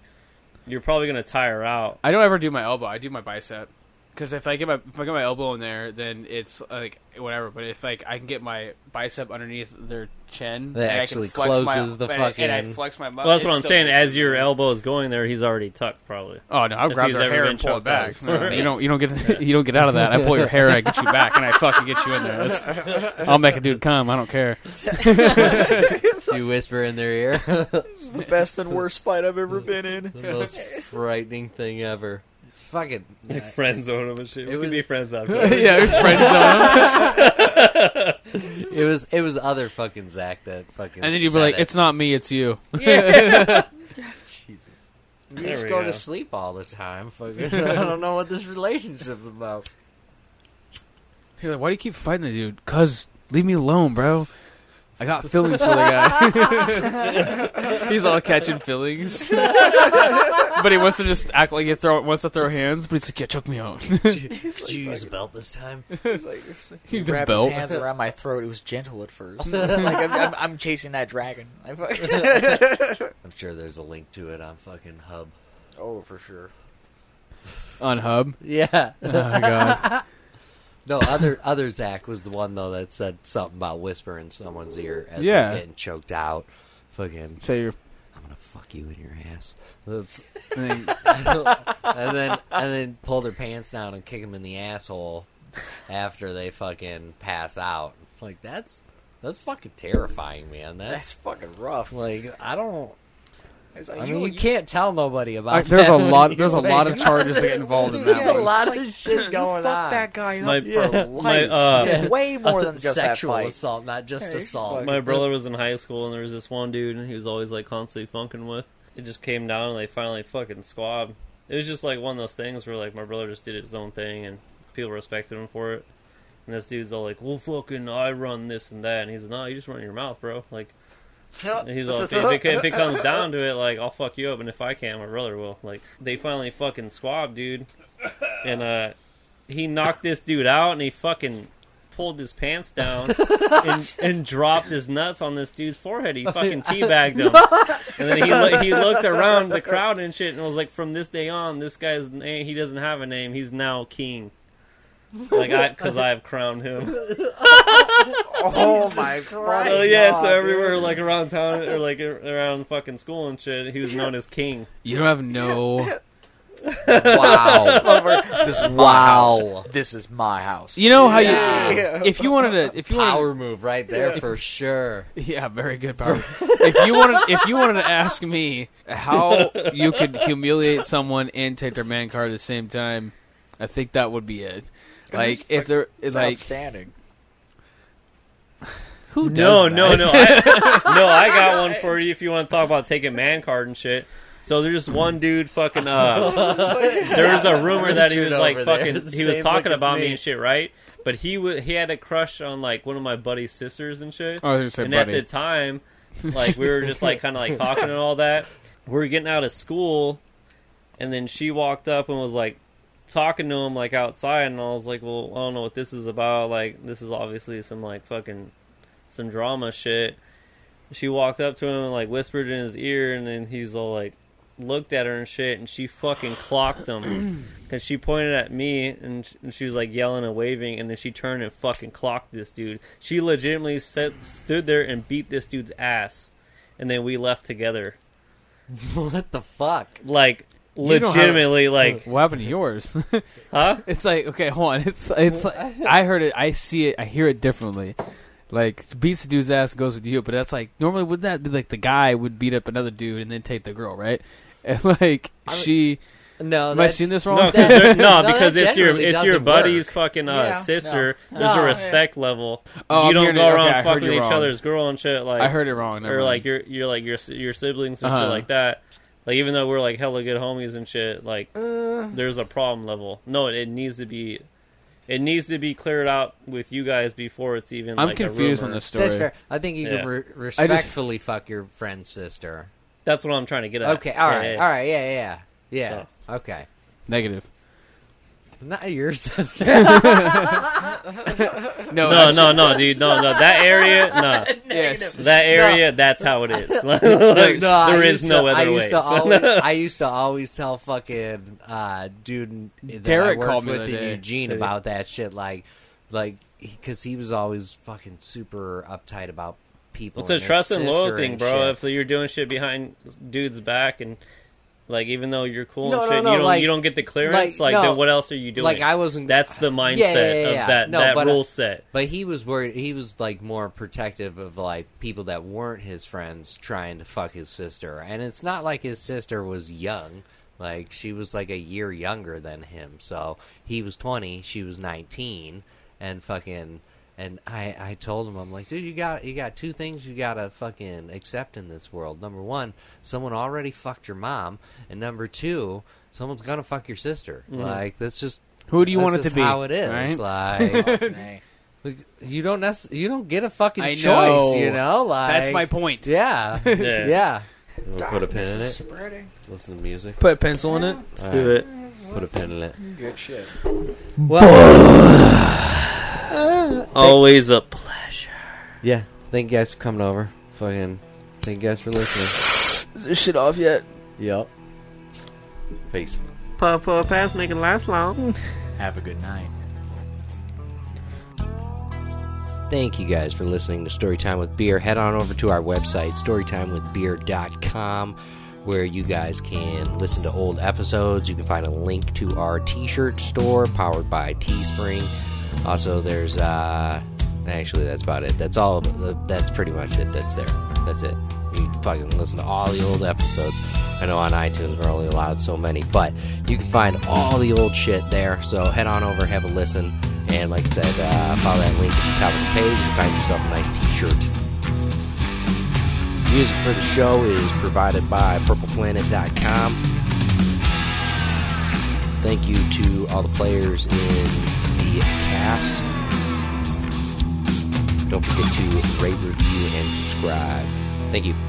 D: you're probably gonna tire out.
A: I don't ever do my elbow. I do my bicep. Because if I get my if I get my elbow in there, then it's like whatever. But if like I can get my bicep underneath their chin,
C: That
A: and I
C: actually
A: can flex
C: closes
A: my,
C: the
A: and I- and I
C: fucking-
A: flex my. mu-
D: Well, that's what
A: it
D: I'm
A: still
D: saying.
A: gets-
D: As your elbow is going there, he's already tucked probably.
A: oh no, I'll
D: if
A: grab
D: he's
A: their
D: ever
A: hair
D: been
A: and pull it
D: choked
A: back.
D: out.
A: No, you don't you don't get you don't get out of that. I pull your hair, and I get you back, and I fucking get you in there. That's- I'll make a dude come. I don't care.
C: You whisper in their ear.
B: This is the best and worst fight I've ever been in.
C: the most frightening thing ever. Fucking.
D: Like friend zone him and shit.
C: It
D: We could
C: was-
D: be friends after.
A: yeah, we friend zone.
C: It was it was other fucking Zach that fucking.
A: And then you'd be
C: said
A: like,
C: it.
A: "It's not me, it's you."
C: Jesus. You
D: There
C: just
D: we
C: go,
D: go.
C: to sleep all the time. Fucking. I don't know what this relationship's about.
A: You're like, why do you keep fighting the dude? Cause leave me alone, bro. I got feelings for the guy. He's all catching feelings, but he wants to just act like he throw wants to throw hands. But he's like, yeah, choke me out.
C: Did you use a belt this time?
A: He
B: He wrapped
A: belt.
B: his hands around my throat. It was gentle at first. It's like I'm, I'm, I'm chasing that dragon. I fuck-
C: I'm sure there's a link to it on fucking Hub.
B: oh, for sure.
A: on Hub.
C: Yeah.
A: Oh my god.
C: No, other other Zach was the one though that said something about whisper in someone's ear as
A: Yeah.
C: they're getting choked out. Fucking,
A: So you're.
C: I'm gonna fuck you in your ass. That's,
A: I think-
C: and then and then pull their pants down and kick them in the asshole after they fucking pass out. Like that's that's fucking terrifying, man. That's
B: That's fucking rough.
C: like I don't.
B: It's like,
C: I mean, you can't tell nobody about.
A: I- Uh, there's
C: that
A: a
C: when
A: lot.
C: you-
A: There's a lot of charges that get involved in that.
C: There's a
A: One.
C: lot
B: It's
C: of shit going
B: fuck
C: on.
B: that guy up
D: My-
B: for
D: Yeah. my,
B: life.
D: uh,
B: There's way more than just
C: sexual
B: that fight.
C: assault, not just
B: Hey,
C: assault.
B: fuck.
D: My brother was in high school, and there was this one dude, and he was always like constantly funking with. It just came down, and they finally fucking squab. It was just like one of those things where like my brother just did his own thing, and people respected him for it. And this dude's all like, "Well, fucking, I run this and that," and he's like, "No, you just run your mouth, bro." Like and he's all, if, it, if it comes down to it, like I'll fuck you up, and if I can, my brother will. Like they finally fucking squab, dude, and uh, he knocked this dude out, and he fucking pulled his pants down and, and dropped his nuts on this dude's forehead. He fucking teabagged him, and then he lo- he looked around the crowd and shit, and was like, "From this day on, this guy's name he doesn't have a name. He's now king." Like I, because I have crowned him.
B: Oh my
C: Christ.
D: Oh
B: fucking
D: yeah,
B: God,
D: so
B: dude.
D: everywhere like around town or like around fucking school and shit, he was known as King.
A: You don't have no
C: Wow.
B: Motherfucker, This is my
C: Wow.
B: house. This is my house.
A: You know how you
C: Yeah.
A: if you wanted to if you wanted
C: Power move right there for sure.
A: yeah very good power. if you wanted if you wanted to ask me how you could humiliate someone and take their man card at the same time, I think that would be it. Like if they're
B: It's
A: like
B: outstanding.
A: who does
D: No,
A: that?
D: no, no. I, no, I got one for you if you want to talk about taking man card and shit. So there's this one dude fucking uh there's a rumor that he was
C: Richard
D: like
C: over there.
D: fucking he was
C: Same
D: talking
C: look as
D: about me
C: me.
D: and shit, right? But he wa he had a crush on like one of my buddy's sisters and shit.
A: Oh, I was gonna
D: and
A: say buddy.
D: at the time, like we were just like kind of like talking and all that. We were getting out of school, and then she walked up and was like talking to him like outside, and I was like, "Well, I don't know what this is about. Like, this is obviously some like fucking some drama shit." She walked up to him and like whispered in his ear, and then he's all like looked at her and shit, and she fucking clocked him because she pointed at me and sh- and she was like yelling and waving, and then she turned and fucking clocked this dude. She legitimately set, stood there and beat this dude's ass, and then we left together.
C: What the fuck?
D: Like
A: You don't have-
D: legitimately, like
A: what happened to yours?
D: huh?
A: It's like okay, hold on. It's it's like, I heard it. I see it. I hear it differently. Like beats the dude's ass goes with you, but that's like normally would that be like the guy would beat up another dude and then take the girl, right? And like
C: I mean,
A: she,
C: No,
A: am I
C: that's
A: seeing this
D: No,
A: wrong?
D: 'cause they're- no,
C: No, that
D: because it's your
C: generally
D: it's your
C: doesn't
D: buddy's
C: work.
D: fucking uh,
B: Yeah,
D: sister.
B: no.
D: There's a
B: No,
D: respect level.
A: Oh, I'm
D: you don't
A: hearing
D: go
A: it.
D: around
A: Okay, I heard
D: fucking
A: you
D: each
A: wrong.
D: other's girl and shit. Like
A: I heard it wrong. never
D: or
A: mind.
D: like your your like your s- your siblings and
A: Uh-huh.
D: shit like that. Like even though we're like hella good homies and shit, like
C: Uh.
D: there's a problem level. No, it, it needs to be, it needs to be cleared out with you guys before it's even.
A: I'm
D: like, a
A: confused on
D: rumor.
A: this
C: That's
A: story.
C: fair. I think you
D: Yeah.
C: can re- respectfully fuck your friend's sister.
D: That's what I'm trying to get at.
C: Okay, all right,
D: Yeah, yeah.
C: all right, yeah, yeah, yeah. Yeah, Okay,
A: Negative.
C: not your sister.
A: No,
D: No,
A: actually-
D: no, no, dude, no, no. That area, no.
A: Yes.
D: That area, that's how it is. Like,
C: No, I
D: there is
C: used
D: no
C: to- I
D: other
C: used
D: way.
C: To
D: So-
C: always, I used to always tell fucking uh, dude that
A: Derek
C: I worked
A: called me
C: with
A: the
C: in
A: other day.
C: Eugene about that shit. Like, like because he was always fucking super uptight about people.
D: It's a
C: his
D: trust and loyal
C: sister
D: thing,
C: and
D: bro.
C: shit.
D: If you're doing shit behind dudes' back and like, even though you're cool
C: No,
D: and
C: no,
D: shit,
C: no,
D: you don't
C: like-
D: you don't get the clearance.
C: like,
D: Like,
C: no.
D: then what else are you doing?
C: like I wasn't.
D: That's the mindset
C: yeah, yeah, yeah.
D: of that
C: No,
D: that
C: but, uh,
D: rule set.
C: But he was worried. He was like more protective of like people that weren't his friends trying to fuck his sister, and it's not like his sister was young. Like she was like a year younger than him, so he was twenty, she was nineteen, and fucking. And I, I told him, I'm like, dude, you got you got two things you gotta fucking accept in this world. Number one, someone already fucked your mom, and number two, someone's gonna fuck your sister. Like that's just
A: Mm-hmm. Who do you
C: that's
A: want it
C: just
A: to be,
C: How it is,
A: right?
C: like
B: Nay.
C: like, you don't nec- you don't get a fucking
A: I
C: choice,
A: know.
C: you know? Like
A: That's my point.
C: Yeah.
D: Yeah.
C: yeah.
B: Darkness
C: put a pin in
B: is
C: it.
B: Spreading.
C: Listen to music.
A: Put a pencil in it.
C: Let's
D: do it.
C: Put a pin in it.
B: Good shit.
C: Well,
D: Always a pleasure.
C: yeah. Thank you guys for coming over. Fucking thank you guys for listening.
A: Is this shit off yet?
C: yep. Peace.
D: Puff puff pass make it last long.
B: Have a good night.
C: Thank you guys for listening to Storytime with Beer. Head on over to our website, storytimewithbeer.com, where you guys can listen to old episodes. You can find a link to our t shirt store powered by Teespring. Also, there's, uh, actually, that's about it. That's all, that's pretty much it. That's there. That's it. You can fucking listen to all the old episodes. I know on iTunes we're only allowed so many, but you can find all the old shit there. So head on over, have a listen, and like I said, uh, follow that link at the top of the page and find yourself a nice T-shirt. Music for the show is provided by PurplePlanet.com. Thank you to all the players in the cast. Don't forget to rate, review, and subscribe. Thank you.